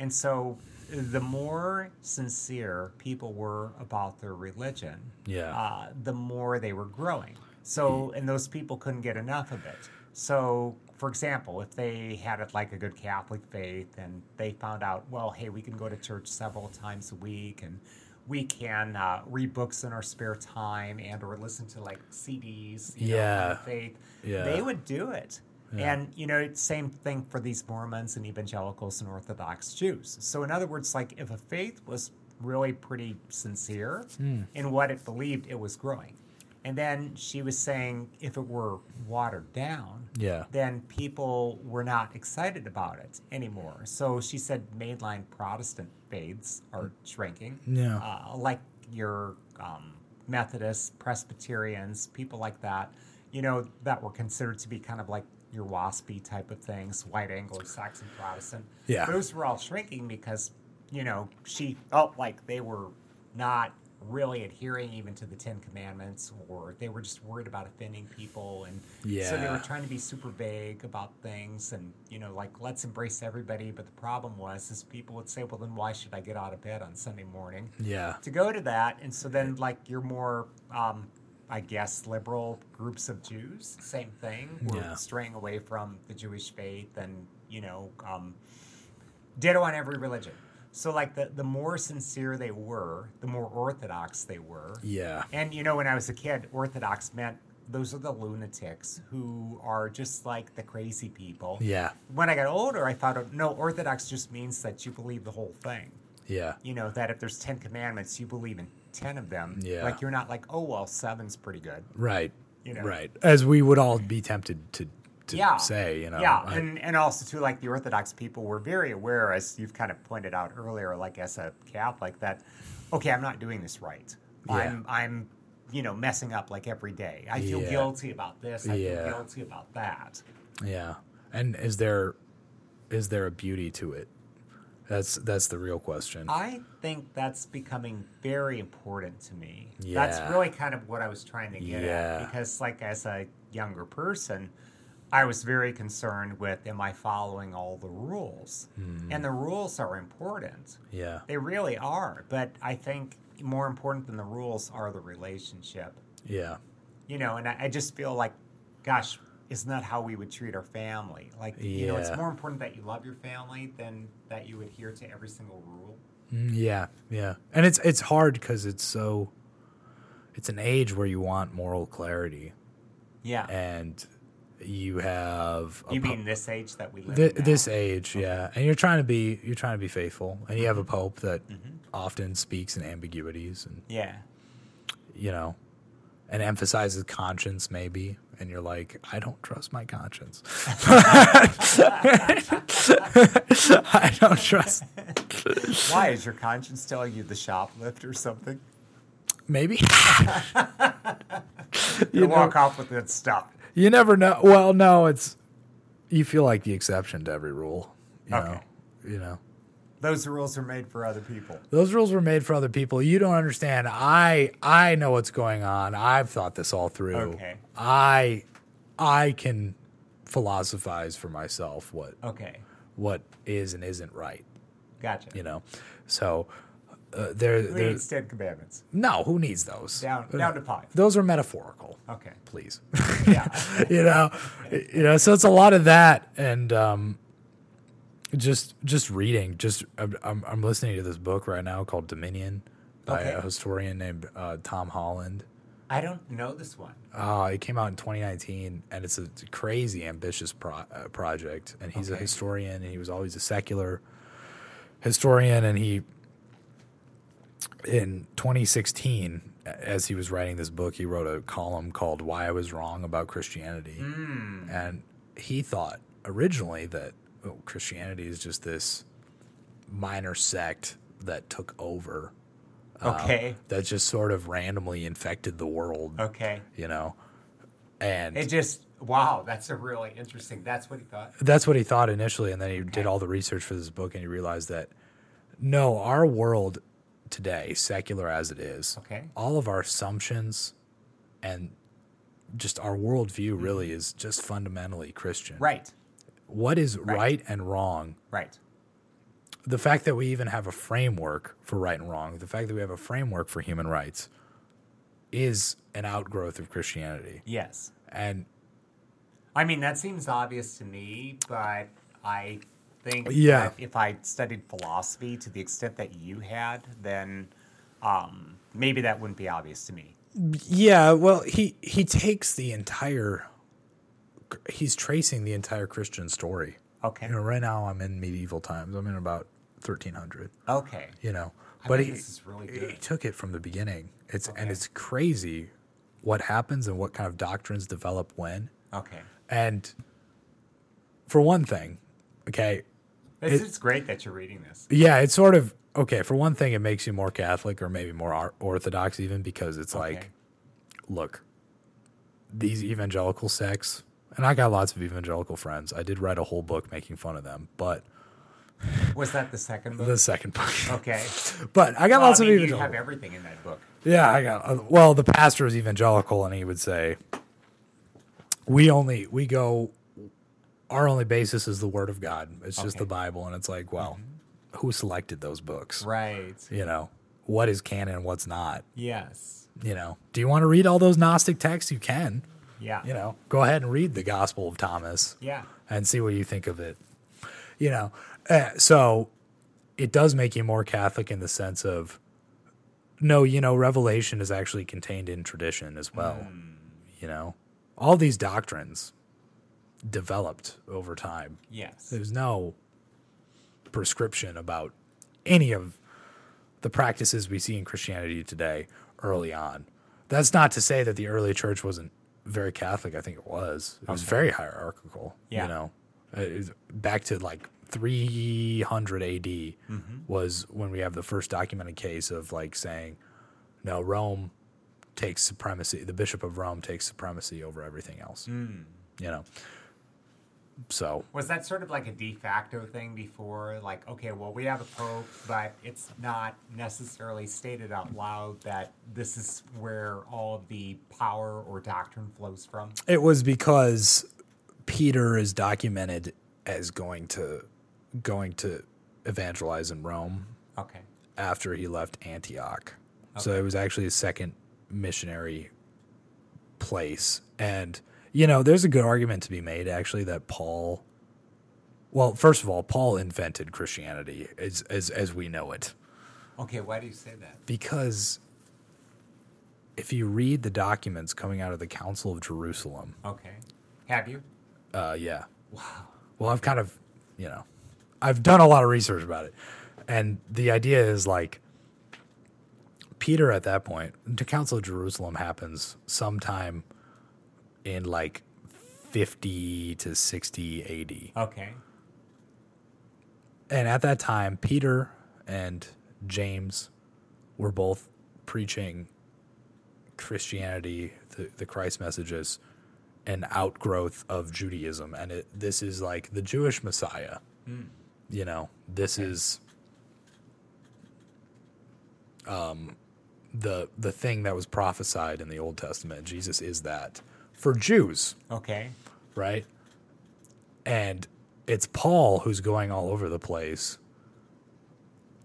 Speaker 1: And so the more sincere people were about their religion,
Speaker 2: Yeah. Hmm.
Speaker 1: uh, the more they were growing. So, and those people couldn't get enough of it. So, for example, if they had it like a good Catholic faith and they found out, well, hey, we can go to church several times a week and we can uh, read books in our spare time and or listen to like CDs, you know, kind of
Speaker 2: Yeah.
Speaker 1: faith,
Speaker 2: Yeah.
Speaker 1: they would do it. And, you know, it's same thing for these Mormons and evangelicals and Orthodox Jews. So, in other words, like if a faith was really pretty sincere
Speaker 2: Hmm.
Speaker 1: in what it believed, it was growing. And then she was saying if it were watered down,
Speaker 2: Yeah.
Speaker 1: then people were not excited about it anymore. So she said mainline Protestant faiths are shrinking.
Speaker 2: Yeah.
Speaker 1: Uh, like your um, Methodists, Presbyterians, people like that, you know, that were considered to be kind of like your waspy type of things, white Anglo Saxon Protestant.
Speaker 2: Yeah.
Speaker 1: Those were all shrinking because, you know, she felt like they were not really adhering even to the Ten Commandments or they were just worried about offending people and so they
Speaker 2: Yeah.
Speaker 1: were trying to be super vague about things and, you know, like, let's embrace everybody. But the problem was, is people would say, well, then why should I get out of bed on Sunday morning
Speaker 2: Yeah.
Speaker 1: to go to that? And so then, like, your more, um, I guess, liberal groups of Jews, same thing, were
Speaker 2: Yeah.
Speaker 1: straying away from the Jewish faith and, you know, um, ditto on every religion. So, like, the, the more sincere they were, the more orthodox they were.
Speaker 2: Yeah.
Speaker 1: And you know, when I was a kid, Orthodox meant those are the lunatics who are just like the crazy people.
Speaker 2: Yeah.
Speaker 1: When I got older, I thought, oh, no, Orthodox just means that you believe the whole thing.
Speaker 2: Yeah.
Speaker 1: You know, that if there's 10 commandments, you believe in 10 of them.
Speaker 2: Yeah.
Speaker 1: Like you're not like, oh, well, seven's pretty good.
Speaker 2: Right.
Speaker 1: You know.
Speaker 2: Right. As we would all be tempted to to
Speaker 1: yeah.
Speaker 2: say, you know.
Speaker 1: Yeah.
Speaker 2: I-
Speaker 1: and, and also, too, like the Orthodox people were very aware, as you've kind of pointed out earlier, like as a Catholic, that, okay, I'm not doing this right.
Speaker 2: Yeah.
Speaker 1: I'm, I'm, you know, messing up like every day. I feel
Speaker 2: Yeah.
Speaker 1: guilty about this. I
Speaker 2: Yeah.
Speaker 1: feel guilty about that.
Speaker 2: yeah. And is there is there a beauty to it? That's that's the real question.
Speaker 1: I think that's becoming very important to me.
Speaker 2: Yeah.
Speaker 1: That's really kind of what I was trying to get
Speaker 2: Yeah.
Speaker 1: at because, like, as a younger person, I was very concerned with am I following all the rules?
Speaker 2: Hmm.
Speaker 1: And the rules are important.
Speaker 2: yeah.
Speaker 1: They really are. But I think more important than the rules are the relationship.
Speaker 2: Yeah.
Speaker 1: You know, and I, I just feel like, gosh, isn't that how we would treat our family? Like, you know, it's
Speaker 2: Yeah.
Speaker 1: more important that you love your family than that you adhere to every single rule.
Speaker 2: Mm, Yeah, yeah, and it's it's hard because it's so. It's an age where you want moral clarity,
Speaker 1: Yeah.
Speaker 2: and you have a
Speaker 1: You
Speaker 2: po-
Speaker 1: mean this age that we live
Speaker 2: thi-
Speaker 1: in? now?
Speaker 2: this age, yeah, and you're trying to be you're trying to be faithful, and you have a
Speaker 1: Mm-hmm.
Speaker 2: pope that often speaks in ambiguities, and
Speaker 1: Yeah.
Speaker 2: you know, and emphasizes conscience maybe, and you're like, I don't trust my conscience. I don't trust
Speaker 1: Why is your conscience telling you the shoplift or something?
Speaker 2: maybe.
Speaker 1: You,
Speaker 2: know-
Speaker 1: walk off with that stuff.
Speaker 2: You never know. Well, no, it's you feel like the exception to every rule. You
Speaker 1: Okay.
Speaker 2: Know? You know,
Speaker 1: Those rules are made for other people.
Speaker 2: those rules were made for other people. You don't understand. I I know what's going on. I've thought this all through.
Speaker 1: Okay.
Speaker 2: I I can philosophize for myself what
Speaker 1: Okay.
Speaker 2: what is and isn't right.
Speaker 1: Gotcha.
Speaker 2: You know, so uh, there
Speaker 1: Who
Speaker 2: there
Speaker 1: needs Ten Commandments?
Speaker 2: no who needs those
Speaker 1: Down, down to five.
Speaker 2: those are metaphorical.
Speaker 1: Okay.
Speaker 2: Please.
Speaker 1: Yeah.
Speaker 2: you know you know so it's a lot of that and um just just reading just i'm, I'm, I'm listening to this book right now called dominion by a
Speaker 1: Okay.
Speaker 2: historian named uh, tom holland
Speaker 1: I don't know this one.
Speaker 2: uh, it came out in 2019 and it's a, it's a crazy ambitious pro- uh, project and he's a
Speaker 1: Okay.
Speaker 2: historian and he was always a secular historian and he in 2016 a- as he was writing this book he wrote a column called why i was wrong about christianity and he thought originally that oh, christianity is just this minor sect that took over Oh.
Speaker 1: Okay.
Speaker 2: that just sort of randomly infected the world
Speaker 1: okay.
Speaker 2: you know and
Speaker 1: It just, wow, that's a really interesting. That's what he thought.
Speaker 2: that's what he thought initially and then he did all the research for this book and he realized that no our world today secular as it is
Speaker 1: Okay.
Speaker 2: all of our assumptions and just our worldview really is just fundamentally christian
Speaker 1: Mm-hmm. Right.
Speaker 2: what is right and wrong
Speaker 1: Right.
Speaker 2: the fact that we even have a framework for right and wrong the fact that we have a framework for human rights is an outgrowth of christianity
Speaker 1: Yes.
Speaker 2: and
Speaker 1: I mean, that seems obvious to me, but I think
Speaker 2: Yeah.
Speaker 1: that if I studied philosophy to the extent that you had, then um, maybe that wouldn't be obvious to me.
Speaker 2: Yeah, well, he he takes the entire he's tracing the entire Christian story.
Speaker 3: Okay.
Speaker 2: You know, right now I'm in medieval times. I'm in about 1300.
Speaker 3: Okay.
Speaker 2: You know,
Speaker 1: I
Speaker 2: but
Speaker 1: think
Speaker 2: he,
Speaker 1: this is really
Speaker 2: he
Speaker 1: good.
Speaker 2: took it from the beginning. It's and it's crazy what happens and what kind of doctrines develop when.
Speaker 3: Okay.
Speaker 2: And for one thing, okay,
Speaker 1: It's, it's great that you're reading this.
Speaker 2: yeah, it's sort of okay. For one thing, it makes you more Catholic or maybe more or- Orthodox, even because it's like, look, these evangelical sects, and I got lots of evangelical friends. I did write a whole book making fun of them, but
Speaker 1: Was that the second book?
Speaker 2: the second book.
Speaker 1: Okay.
Speaker 2: but I got
Speaker 1: Oh. Well,
Speaker 2: lots
Speaker 1: I
Speaker 2: of
Speaker 1: mean, you
Speaker 2: evangelical.
Speaker 1: have everything in that book.
Speaker 2: Yeah, I got. uh, Well, the pastor is evangelical, and he would say, "We only we go. Our only basis is the Word of God. It's just the Bible." And it's like, well, who selected those books?
Speaker 1: Mm-hmm. Right.
Speaker 2: You know, what is canon, what's not?
Speaker 1: Yes.
Speaker 2: You know, do you want to read all those Gnostic texts? You can.
Speaker 1: Yeah.
Speaker 2: You know, go ahead and read the Gospel of Thomas
Speaker 1: Yeah.
Speaker 2: and see what you think of it. You know, uh, so it does make you more Catholic in the sense of no, you know, revelation is actually contained in tradition as well. You know, all these doctrines developed over time.
Speaker 1: Yes.
Speaker 2: There's no prescription about any of the practices we see in Christianity today early on. That's not to say that the early church wasn't very Catholic. I think it was. It was very hierarchical.
Speaker 1: Yeah.
Speaker 2: You know, Uh, it was back to like 300 AD was when we have the first documented case of like saying, no, Rome takes supremacy. The Bishop of Rome takes supremacy over everything else. You know, so
Speaker 1: Was that sort of like a de facto thing before? Like, okay, well, we have a pope, but it's not necessarily stated out loud that this is where all the power or doctrine flows from.
Speaker 2: It was because Peter is documented as going to going to evangelize in Rome
Speaker 1: Okay.
Speaker 2: after he left Antioch. So it was actually his second missionary place. And you know, there's a good argument to be made actually that Paul well, first of all, Paul invented Christianity as as, as we know it
Speaker 1: Okay, why do you say that?
Speaker 2: because if you read the documents coming out of the Council of Jerusalem,
Speaker 1: Okay. Have you?
Speaker 2: Uh, yeah. Wow. Well, I've kind of, you know, I've done a lot of research about it, and the idea is like Peter at that point. The Council of Jerusalem happens sometime in like fifty to sixty A.D.
Speaker 1: Okay.
Speaker 2: And at that time, Peter and James were both preaching Christianity, the, the Christ messages, an outgrowth of Judaism. And it, this is like the Jewish Messiah. You know, this is um, the, the thing that was prophesied in the Old Testament. Jesus is that for Jews
Speaker 1: Okay.
Speaker 2: right? And it's Paul who's going all over the place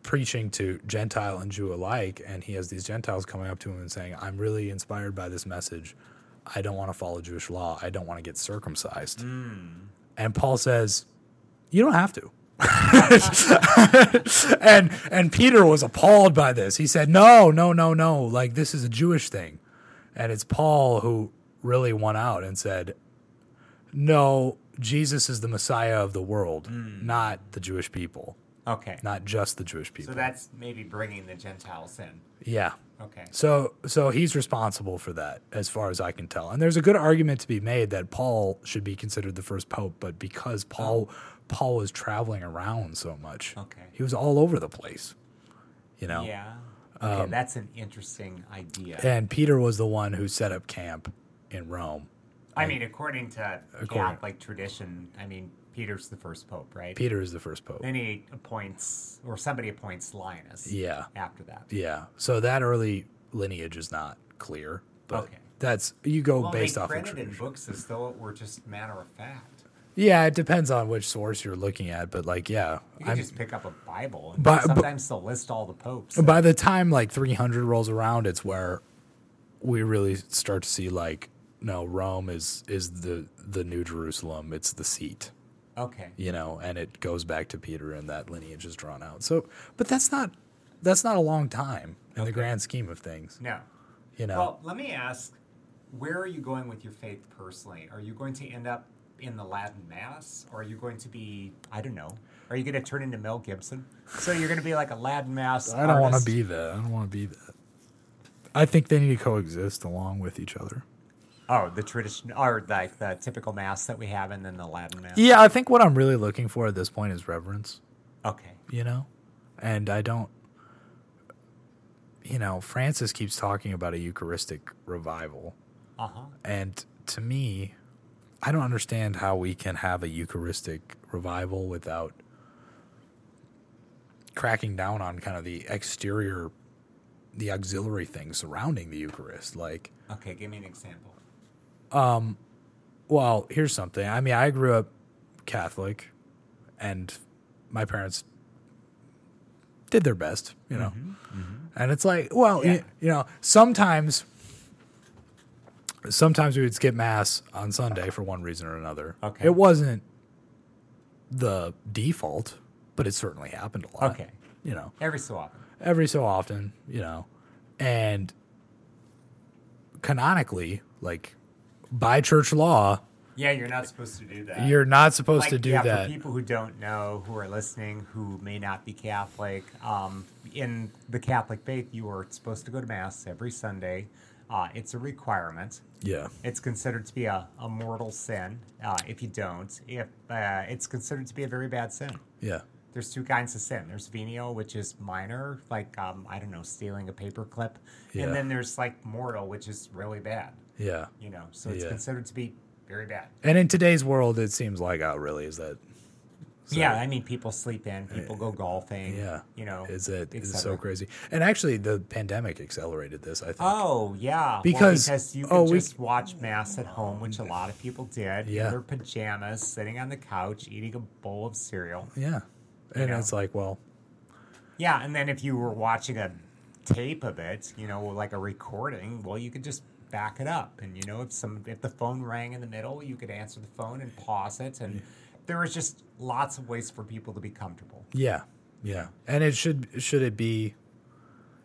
Speaker 2: preaching to Gentile and Jew alike. And he has these Gentiles coming up to him and saying, I'm really inspired by this message. I don't want to follow Jewish law. I don't want to get circumcised. And Paul says, You don't have to. and and Peter was appalled by this. He said, "No, no, no, no. Like this is a Jewish thing." And it's Paul who really won out and said, no, Jesus is the Messiah of the world, not the Jewish people,
Speaker 1: Okay.
Speaker 2: not just the Jewish people.
Speaker 1: So that's maybe bringing the Gentiles in.
Speaker 2: yeah.
Speaker 1: Okay.
Speaker 2: So so he's responsible for that as far as I can tell. And there's a good argument to be made that Paul should be considered the first pope, but because Paul Paul was traveling around so much,
Speaker 1: Oh. Okay.
Speaker 2: he was all over the place. You know.
Speaker 1: Yeah. Okay, that's an interesting idea.
Speaker 2: Um, And Peter was the one who set up camp in Rome.
Speaker 1: I mean, according to
Speaker 2: According-
Speaker 1: Catholic tradition, I mean, Peter's the first pope, right?
Speaker 2: Peter is the first pope.
Speaker 1: Then he appoints, or somebody appoints Linus.
Speaker 2: Yeah.
Speaker 1: After that.
Speaker 2: Yeah. So that early lineage is not clear, but
Speaker 1: Okay.
Speaker 2: that's you go
Speaker 1: Well,
Speaker 2: based
Speaker 1: they
Speaker 2: off of
Speaker 1: printed in
Speaker 2: tradition.
Speaker 1: books as though it were just matter of fact.
Speaker 2: Yeah, it depends on which source you're looking at, but like yeah,
Speaker 1: You can
Speaker 2: I'm,
Speaker 1: just pick up a Bible, and
Speaker 2: But- but-
Speaker 1: sometimes they'll list all the popes.
Speaker 2: by the time like 300 rolls around, it's where we really start to see like no, Rome is is the the new Jerusalem. It's the seat,
Speaker 1: okay.
Speaker 2: you know, and it goes back to Peter, and that lineage is drawn out. So, but that's not that's not a long time in the grand scheme of things,
Speaker 1: No.
Speaker 2: you know.
Speaker 1: Well, let me ask where are you going with your faith personally? Are you going to end up in the Latin Mass? Or are you going to be, I don't know, are you going to turn into Mel Gibson? So you're going to be like a Latin Mass.
Speaker 2: I don't want to
Speaker 1: artist?
Speaker 2: be that. I don't want to be that. I think they need to coexist along with each other.
Speaker 1: Oh, the tradition, or like the typical Mass that we have, and then the Latin Mass.
Speaker 2: Yeah, I think what I'm really looking for at this point is reverence,
Speaker 1: Okay.
Speaker 2: you know? And I don't, you know, Francis keeps talking about a Eucharistic revival.
Speaker 1: Uh huh.
Speaker 2: And to me, I don't understand how we can have a Eucharistic revival without cracking down on kind of the exterior, the auxiliary things surrounding the Eucharist. Like,
Speaker 1: Okay, give me an example.
Speaker 2: Well, here's something. I mean, I grew up Catholic, and my parents did their best, you know. And it's like, well, y-
Speaker 1: Mm-hmm, Yeah.
Speaker 2: you, know, sometimes, sometimes we would skip mass on Sunday for one reason or another.
Speaker 1: Okay.
Speaker 2: it wasn't the default, but it certainly happened a lot.
Speaker 1: Okay.
Speaker 2: you know,
Speaker 1: Every so often.
Speaker 2: every so often, you know, and canonically, like by church law,
Speaker 1: Yeah, you're not supposed to do that.
Speaker 2: you're not supposed
Speaker 1: Like,
Speaker 2: to do
Speaker 1: yeah,
Speaker 2: that.
Speaker 1: For people who don't know, who are listening, who may not be Catholic, um, in the Catholic faith, you are supposed to go to Mass every Sunday. Uh, it's a requirement.
Speaker 2: Yeah.
Speaker 1: It's considered to be a, a mortal sin uh, if you don't. If uh, It's considered to be a very bad sin.
Speaker 2: Yeah.
Speaker 1: There's two kinds of sin. There's venial, which is minor, like um, I don't know, stealing a paperclip,
Speaker 2: Yeah.
Speaker 1: and then there's like mortal, which is really bad.
Speaker 2: Yeah.
Speaker 1: You know, so it's
Speaker 2: Yeah.
Speaker 1: considered to be very bad.
Speaker 2: And in today's world, it seems like, oh, really? Is that,
Speaker 1: yeah, I mean, people sleep in, people go golfing.
Speaker 2: yeah.
Speaker 1: you know,
Speaker 2: is it,
Speaker 1: et
Speaker 2: is it so
Speaker 1: cetera.
Speaker 2: crazy? And actually, the pandemic accelerated this, I think.
Speaker 1: Oh yeah, Well,
Speaker 2: Because-
Speaker 1: because you could
Speaker 2: oh, we-
Speaker 1: just watch mass at home, which a lot of people did.
Speaker 2: Yeah.
Speaker 1: in their pajamas, sitting on the couch, eating a bowl of cereal.
Speaker 2: yeah. And
Speaker 1: know.
Speaker 2: it's like, well,
Speaker 1: Yeah, and then if you were watching a tape of it, you know, like a recording, well, you could just back it up, and you know, if some if the phone rang in the middle, you could answer the phone and pause it, and there was just lots of ways for people to be comfortable.
Speaker 2: yeah. Yeah. And it should, should it be,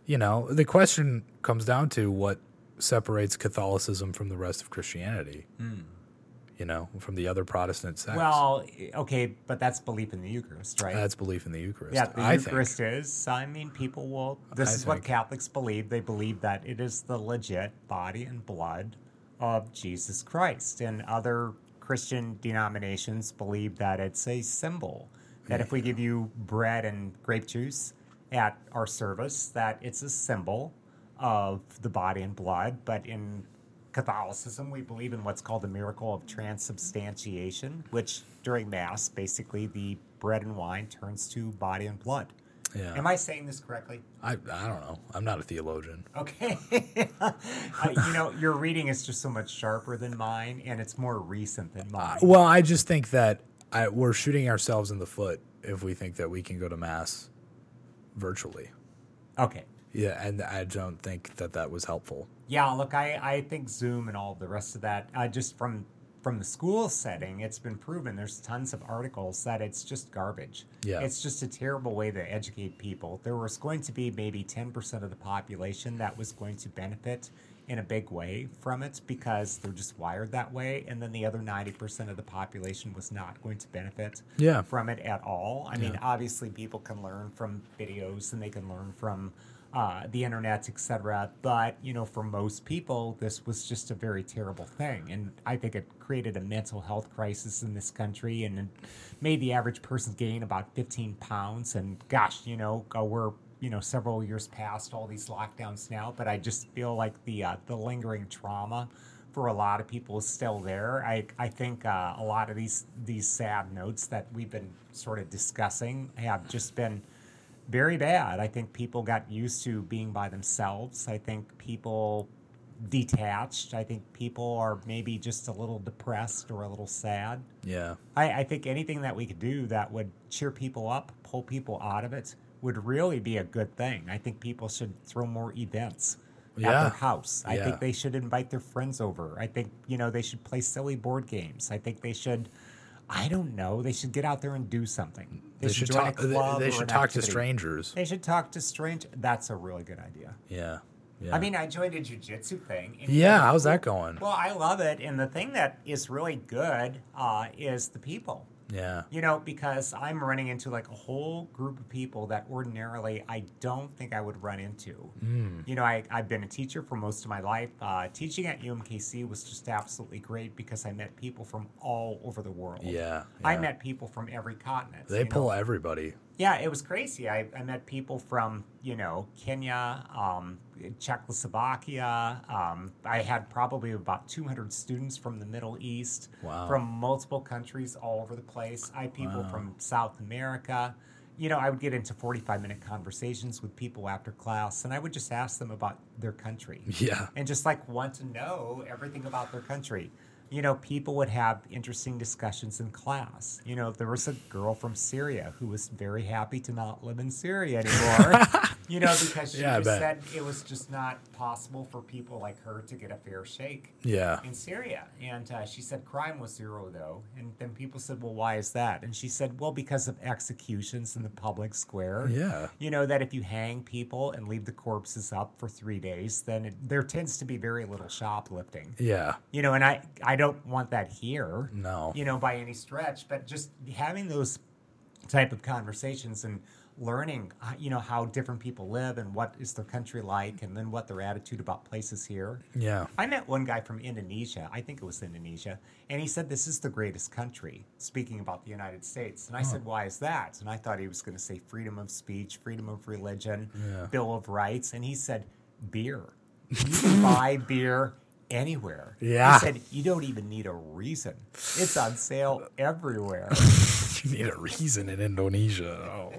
Speaker 2: you know, the question comes down to what separates Catholicism from the rest of Christianity, you know, from the other Protestant sects.
Speaker 1: Hmm. Well, okay, but that's belief in the Eucharist, right?
Speaker 2: that's belief in the Eucharist.
Speaker 1: Yeah, the
Speaker 2: I
Speaker 1: Eucharist is. I mean, people will. This
Speaker 2: I
Speaker 1: is what
Speaker 2: think-
Speaker 1: Catholics believe. They believe that it is the legit body and blood of Jesus Christ, and other Christian denominations believe that it's a symbol. That if we give you bread and grape juice at our service, that it's a symbol of the body and blood. But in Catholicism, we believe in what's called the miracle of transubstantiation, which during Mass, basically the bread and wine turns to body and blood.
Speaker 2: think. Yeah.
Speaker 1: Am I saying this correctly?
Speaker 2: I, I don't know. I'm not a theologian.
Speaker 1: Okay. Uh, you know, your reading is just so much sharper than mine, and it's more recent than mine.
Speaker 2: Well, I just think that I, we're shooting ourselves in the foot if we think that we can go to mass virtually.
Speaker 1: Okay.
Speaker 2: Yeah, and I don't think that that was helpful.
Speaker 1: Yeah, look, I, I think Zoom and all the rest of that, uh, just from from the school setting, it's been proven. There's tons of articles that it's just garbage.
Speaker 2: Yeah.
Speaker 1: it's just a terrible way to educate people. There was going to be maybe 10% of the population that was going to benefit in a big way from it because they're just wired that way, and then the other 90% of the population was not going to benefit
Speaker 2: Yeah.
Speaker 1: from it at all. I mean, obviously, people can learn from videos and they can learn from uh, the internet, etc. But you know, for most people, this was just a very terrible thing, and I think it created a mental health crisis in this country, and it made the average person gain about 15 pounds. And gosh, you know, uh, we're you know several years past all these lockdowns now, but I just feel like the uh, the lingering trauma for a lot of people is still there. I I think uh, a lot of these these sad notes that we've been sort of discussing have just been very bad. I think people got used to being by themselves. I think people detached. I think people are maybe just a little depressed or a little sad.
Speaker 2: Yeah.
Speaker 1: I, I think anything that we could do that would cheer people up, pull people out of it, would really be a good thing. I think people should throw more events at
Speaker 2: Yeah.
Speaker 1: their house. I
Speaker 2: Yeah.
Speaker 1: think they should invite their friends over. I think, you know, they should play silly board games. I think they should, I don't know, they should get out there and do something.
Speaker 2: They, should
Speaker 1: join a
Speaker 2: talk. They,
Speaker 1: club
Speaker 2: they
Speaker 1: or
Speaker 2: should
Speaker 1: an
Speaker 2: talk to
Speaker 1: activity.
Speaker 2: strangers.
Speaker 1: They should talk to strange. That's a really good idea.
Speaker 2: Yeah. Yeah.
Speaker 1: I mean, I joined a jujitsu thing. and-
Speaker 2: yeah, how's that going?
Speaker 1: Well, I love it. And the thing that is really good uh, is the people.
Speaker 2: Yeah.
Speaker 1: You know, because I'm running into like a whole group of people that ordinarily I don't think I would run into.
Speaker 2: Hmm.
Speaker 1: You know, I, I've been a teacher for most of my life. Uh, teaching at UMKC was just absolutely great because I met people from all over the world.
Speaker 2: Yeah,
Speaker 1: I
Speaker 2: yeah.
Speaker 1: met people from every continent.
Speaker 2: They
Speaker 1: you know?
Speaker 2: pull everybody.
Speaker 1: Yeah, it was crazy. I, I met people from, you know, Kenya, um, Czechoslovakia. Um, I had probably about 200 students from the Middle East,
Speaker 2: Wow.
Speaker 1: from multiple countries all over the place. I had people from South America. You know, I would get into 45 minute conversations with people after class, and I would just ask them about their country
Speaker 2: Yeah.
Speaker 1: and just like want to know everything about their country. You know, people would have interesting discussions in class. You know, there was a girl from Syria who was very happy to not live in Syria anymore. you know, because she
Speaker 2: Yeah, I
Speaker 1: just
Speaker 2: bet.
Speaker 1: said it was just not possible for people like her to get a fair shake
Speaker 2: Yeah.
Speaker 1: in Syria. And uh, she said crime was zero, though. And then people said, well, why is that? And she said, well, because of executions in the public square.
Speaker 2: Yeah.
Speaker 1: You know, that if you hang people and leave the corpses up for three days, then it, there tends to be very little shoplifting.
Speaker 2: Yeah.
Speaker 1: You know, and I, I don't want that here,
Speaker 2: No.
Speaker 1: you know, by any stretch, but just having those type of conversations and learning, uh, you know, how different people live and what is their country like and then what their attitude about places here.
Speaker 2: Yeah.
Speaker 1: I met one guy from Indonesia. I think it was Indonesia, and he said this is the greatest country. Speaking about the United States, and I said, "Why is that?" And I thought he was going to say freedom of speech, freedom of religion, Bill of Rights, and he said, "Beer. You can buy beer." Anywhere.
Speaker 2: Yeah.
Speaker 1: He said, you don't even need a reason. It's on sale everywhere.
Speaker 2: You need a reason in Indonesia. Oh.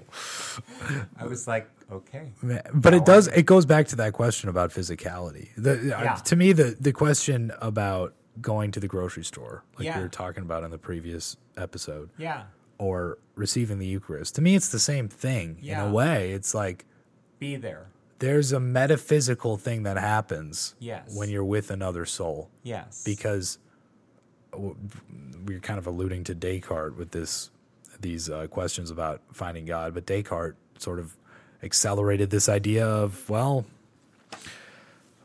Speaker 1: I was like, okay.
Speaker 2: Man, but it does it goes back to that question about physicality the, uh,
Speaker 1: Yeah.
Speaker 2: to me the, the question about going to the grocery store like
Speaker 1: Yeah.
Speaker 2: we were talking about in the previous episode
Speaker 1: Yeah.
Speaker 2: or receiving the eucharist to me it's the same thing in
Speaker 1: Yeah.
Speaker 2: a way it's like
Speaker 1: Be there.
Speaker 2: there's a metaphysical thing that happens
Speaker 1: Yes.
Speaker 2: when you're with another soul
Speaker 1: Yes.
Speaker 2: because w- we're kind of alluding to Descartes with this these uh, questions about finding God, but Descartes sort of accelerated this idea of well,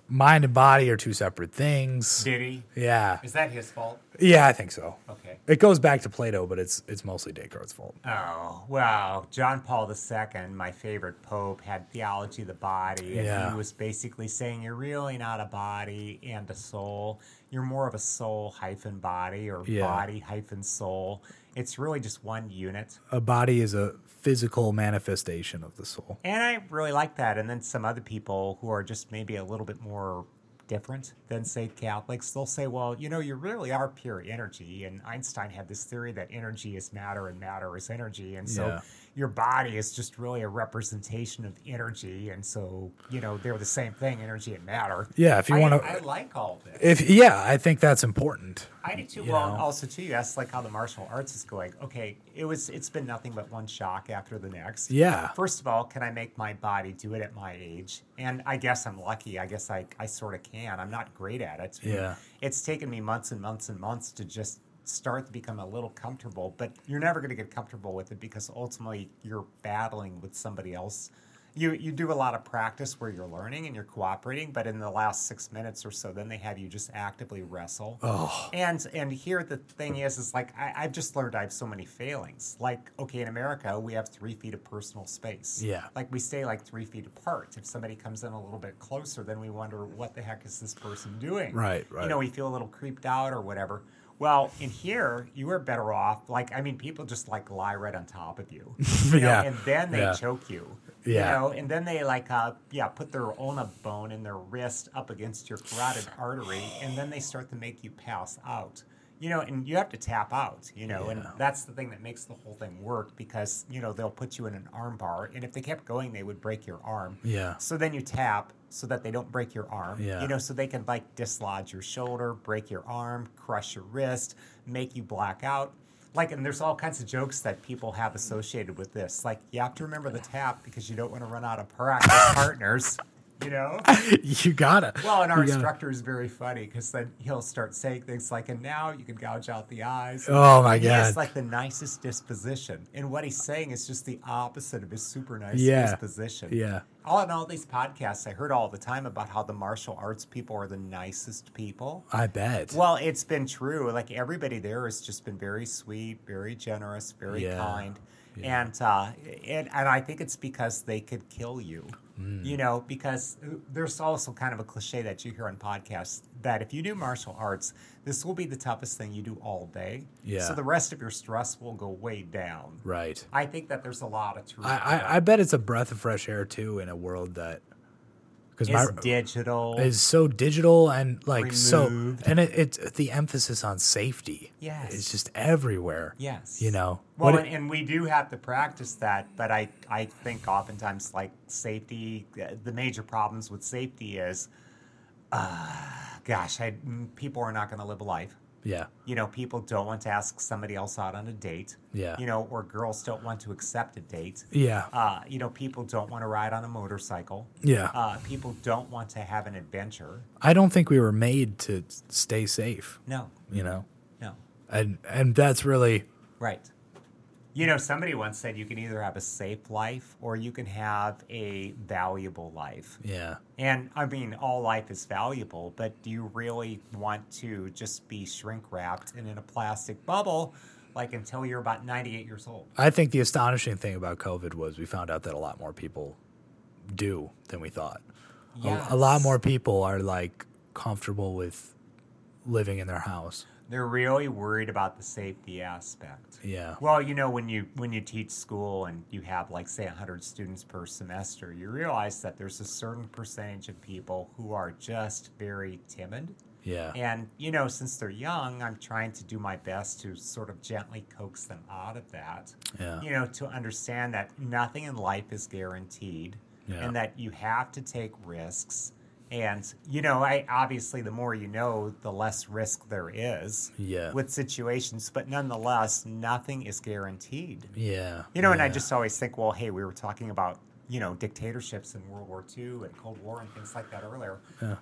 Speaker 2: mind and body are two separate things.
Speaker 1: Did he?
Speaker 2: Yeah,
Speaker 1: Is that his fault?
Speaker 2: yeah, I think so.
Speaker 1: Okay.
Speaker 2: It goes back to Plato, but it's it's mostly Descartes' fault.
Speaker 1: Oh, well, John Paul II, my favorite pope, had theology of the body. And
Speaker 2: Yeah.
Speaker 1: he was basically saying you're really not a body and a soul. You're more of a soul hyphen body or
Speaker 2: Yeah.
Speaker 1: body hyphen soul. It's really just one unit.
Speaker 2: A body is a physical manifestation of the soul.
Speaker 1: And I really like that. And then some other people who are just maybe a little bit more different than, say, Catholics, they'll say, well, you know, you really are pure energy. And Einstein had this theory that energy is matter and matter is energy. And so
Speaker 2: Yeah.
Speaker 1: your body is just really a representation of energy. And so, you know, they're the same thing energy and matter.
Speaker 2: Yeah, if you
Speaker 1: I-
Speaker 2: wanna-
Speaker 1: I like all this.
Speaker 2: If yeah, I think that's important.
Speaker 1: I did too.
Speaker 2: you
Speaker 1: Well,
Speaker 2: know?
Speaker 1: also too. You asked like how the martial arts is going. Okay, it was. It's been nothing but one shock after the next.
Speaker 2: Yeah.
Speaker 1: First of all, can I make my body do it at my age? And I guess I'm lucky. I guess I I sort of can. I'm not great at it.
Speaker 2: Yeah.
Speaker 1: It's taken me months and months and months to just start to become a little comfortable. But you're never going to get comfortable with it because ultimately you're battling with somebody else. You, you do a lot of practice where you're learning and you're cooperating, but in the last six minutes or so, then they have you just actively wrestle.
Speaker 2: Oh,
Speaker 1: And and here the thing is, is like I, I've just learned I have so many failings. Like okay, in America we have three feet of personal space.
Speaker 2: Yeah.
Speaker 1: Like we stay like three feet apart. If somebody comes in a little bit closer, then we wonder what the heck is this person doing?
Speaker 2: Right, right.
Speaker 1: You know, we feel a little creeped out or whatever. Well, in here you are better off. Like I mean, people just like lie right on top of you. you know,
Speaker 2: Yeah,
Speaker 1: And then they
Speaker 2: yeah.
Speaker 1: choke you.
Speaker 2: Yeah.
Speaker 1: You know, and then they like uh yeah, put their ulna bone in their wrist up against your carotid artery and then they start to make you pass out. You know, and you have to tap out, you know, and that's the thing that makes the whole thing work because, you know, they'll put you in an arm bar and if they kept going they would break your arm.
Speaker 2: yeah,
Speaker 1: So then you tap so that they don't break your arm.
Speaker 2: Yeah.
Speaker 1: You know, so they can like dislodge your shoulder, break your arm, crush your wrist, make you black out. Like, and there's all kinds of jokes that people have associated with this. Like, you have to remember the tap because you don't want to run out of practice partners. you know?
Speaker 2: you gotta.
Speaker 1: Well, and our
Speaker 2: you gotta-
Speaker 1: instructor is very funny because then he'll start saying things like, and now you can gouge out the eyes.
Speaker 2: Oh my
Speaker 1: He has
Speaker 2: god.
Speaker 1: like the nicest disposition. And what he's saying is just the opposite of his super nice
Speaker 2: Yeah.
Speaker 1: disposition.
Speaker 2: yeah.
Speaker 1: All in all these podcasts, I heard all the time about how the martial arts people are the nicest people.
Speaker 2: I bet.
Speaker 1: Well, it's been true. Like everybody there has just been very sweet, very generous, very
Speaker 2: Yeah.
Speaker 1: kind. And, uh, and and I think it's because they could kill you,
Speaker 2: Mm.
Speaker 1: you know. Because there's also kind of a cliche that you hear on podcasts that if you do martial arts, this will be the toughest thing you do all day.
Speaker 2: Yeah.
Speaker 1: So the rest of your stress will go way down.
Speaker 2: right.
Speaker 1: I think that there's a lot of truth.
Speaker 2: I,
Speaker 1: to that.
Speaker 2: I I bet it's a breath of fresh air too in a world that because my
Speaker 1: it's digital.
Speaker 2: is so digital and like so
Speaker 1: Removed.
Speaker 2: and it, it's the emphasis on safety.
Speaker 1: Yes.
Speaker 2: It's just everywhere.
Speaker 1: Yes.
Speaker 2: You know.
Speaker 1: Well,
Speaker 2: What
Speaker 1: and, and we do have to practice that, but I, I think oftentimes like safety, uh, the major problems with safety is, uh, gosh, I, mm, people are not going to live a life.
Speaker 2: yeah.
Speaker 1: You know, people don't want to ask somebody else out on a date.
Speaker 2: Yeah.
Speaker 1: You know, or girls don't want to accept a date.
Speaker 2: Yeah.
Speaker 1: Uh, you know, people don't want to ride on a motorcycle.
Speaker 2: Yeah.
Speaker 1: Uh, people don't want to have an adventure.
Speaker 2: I don't think we were made to stay safe,
Speaker 1: No,
Speaker 2: you know.
Speaker 1: no,
Speaker 2: And and that's really
Speaker 1: Right. You know, somebody once said you can either have a safe life or you can have a valuable life.
Speaker 2: yeah.
Speaker 1: And I mean, all life is valuable, but do you really want to just be shrink wrapped and in a plastic bubble like until you're about 98 years old?
Speaker 2: I think the astonishing thing about COVID was we found out that a lot more people do than we thought. A- A, lot
Speaker 1: Yes.
Speaker 2: more people are like comfortable with living in their house.
Speaker 1: They're really worried about the safety aspect.
Speaker 2: Yeah.
Speaker 1: Well, you know, when you when you teach school and you have like say 100 students per semester, you realize that there's a certain percentage of people who are just very timid.
Speaker 2: Yeah.
Speaker 1: And, you know, since they're young, I'm trying to do my best to sort of gently coax them out of that,
Speaker 2: Yeah.
Speaker 1: you know, to understand that nothing in life is guaranteed
Speaker 2: Yeah.
Speaker 1: and that you have to take risks. And, you know, I obviously the more you know, the less risk there is
Speaker 2: Yeah.
Speaker 1: with situations, but nonetheless, nothing is guaranteed.
Speaker 2: Yeah.
Speaker 1: You know, and I
Speaker 2: yeah.
Speaker 1: just always think, well, hey, we were talking about, you know, dictatorships in World War II and Cold War and things like that earlier.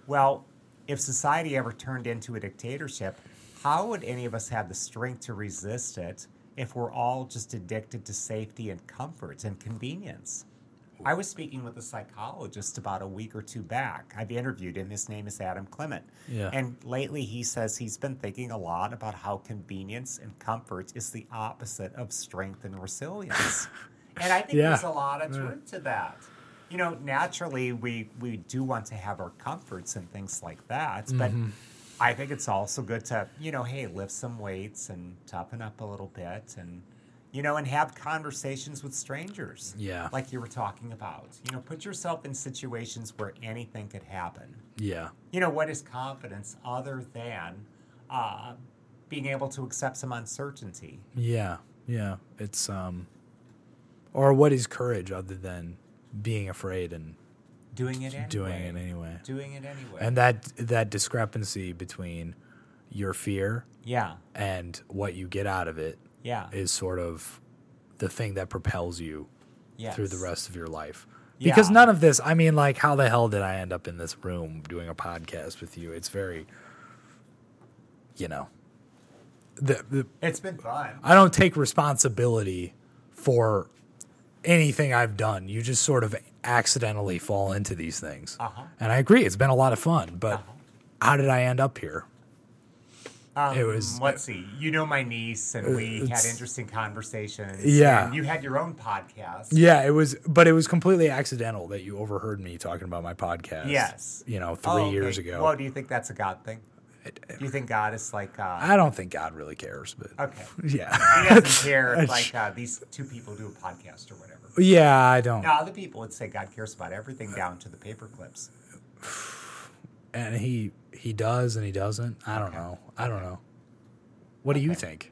Speaker 1: Well, if society ever turned into a dictatorship, how would any of us have the strength to resist it if we're all just addicted to safety and comfort and convenience? I was speaking with a psychologist about a week or two back. I've interviewed him. His name is Adam Clement.
Speaker 2: Yeah.
Speaker 1: And lately he says he's been thinking a lot about how convenience and comfort is the opposite of strength and resilience. and I think
Speaker 2: Yeah.
Speaker 1: there's a lot of truth to that. You know, naturally we we do want to have our comforts and things like that, but
Speaker 2: Mm-hmm.
Speaker 1: I think it's also good to, you know, hey, lift some weights and toughen up a little bit and you know, and have conversations with strangers
Speaker 2: Yeah.
Speaker 1: like you were talking about. You know, put yourself in situations where anything could happen.
Speaker 2: Yeah.
Speaker 1: You know, what is confidence other than uh, being able to accept some uncertainty?
Speaker 2: Yeah. Yeah. It's um or what is courage other than being afraid and
Speaker 1: Doing it anyway.
Speaker 2: doing it anyway.
Speaker 1: Doing it anyway.
Speaker 2: And that that discrepancy between your fear
Speaker 1: yeah,
Speaker 2: and what you get out of it
Speaker 1: yeah,
Speaker 2: is sort of the thing that propels you
Speaker 1: yes.
Speaker 2: through the rest of your life. Because
Speaker 1: Yeah.
Speaker 2: none of this, I mean, like, how the hell did I end up in this room doing a podcast with you? It's very, you know, the, the,
Speaker 1: It's been fun.
Speaker 2: I don't take responsibility for anything I've done. You just sort of accidentally fall into these things.
Speaker 1: Uh-huh.
Speaker 2: And I agree, it's been a lot of fun, but how did I end up here?
Speaker 1: Um,
Speaker 2: It was-
Speaker 1: Let's see. You know my niece, and we had
Speaker 2: It's-
Speaker 1: interesting conversations.
Speaker 2: Yeah.
Speaker 1: and you had your own podcast.
Speaker 2: Yeah, it was, but it was completely accidental that you overheard me talking about my podcast.
Speaker 1: Yes.
Speaker 2: You know, three
Speaker 1: Oh, okay.
Speaker 2: years ago.
Speaker 1: Well, do you think that's a God thing? Do you think God is like, uh,
Speaker 2: I don't think God really cares, but
Speaker 1: okay.
Speaker 2: yeah.
Speaker 1: He doesn't care if like uh, these two people do a podcast or whatever.
Speaker 2: yeah, I don't.
Speaker 1: Now other people would say God cares about everything down to the paper clips.
Speaker 2: And he he does and he doesn't. I don't know. I don't know. What do you think?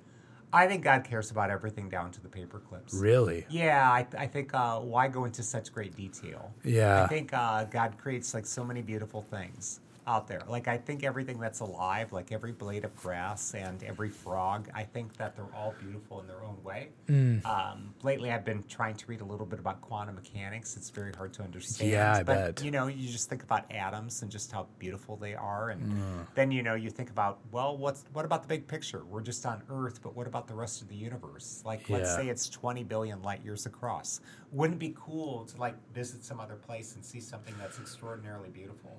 Speaker 1: I think God cares about everything down to the paper clips.
Speaker 2: Really?
Speaker 1: Yeah, I, I think uh, why go into such great detail?
Speaker 2: Yeah.
Speaker 1: I think uh, God creates like so many beautiful things. out there. Like I think everything that's alive, like every blade of grass and every frog, I think that they're all beautiful in their own way.
Speaker 2: Mm.
Speaker 1: Um, lately, I've been trying to read a little bit about quantum mechanics. It's very hard to understand.
Speaker 2: Yeah, I
Speaker 1: but,
Speaker 2: bet.
Speaker 1: You know, you just think about atoms and just how beautiful they are, and
Speaker 2: Mm.
Speaker 1: then you know you think about well, what's what about the big picture? We're just on Earth, but what about the rest of the universe? Like let's
Speaker 2: Yeah.
Speaker 1: say it's 20 billion light years across. Wouldn't it be cool to like visit some other place and see something that's extraordinarily beautiful?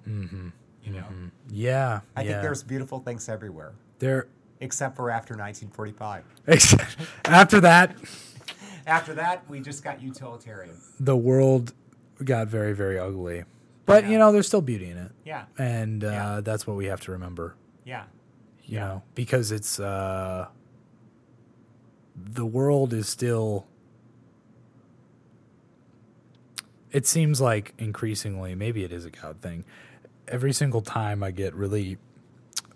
Speaker 1: You know,
Speaker 2: Yeah.
Speaker 1: I
Speaker 2: Mm-hmm. yeah.
Speaker 1: think there's beautiful things everywhere,
Speaker 2: there.
Speaker 1: except for after 1945.
Speaker 2: After that,
Speaker 1: After that, we just got utilitarian.
Speaker 2: the world got very, very ugly. But you know, there's still beauty in it,
Speaker 1: Yeah,
Speaker 2: and uh,
Speaker 1: Yeah.
Speaker 2: that's what we have to remember.
Speaker 1: yeah,
Speaker 2: You know, because it's uh, the world is still. It seems like increasingly, maybe it is a God thing. Every single time I get really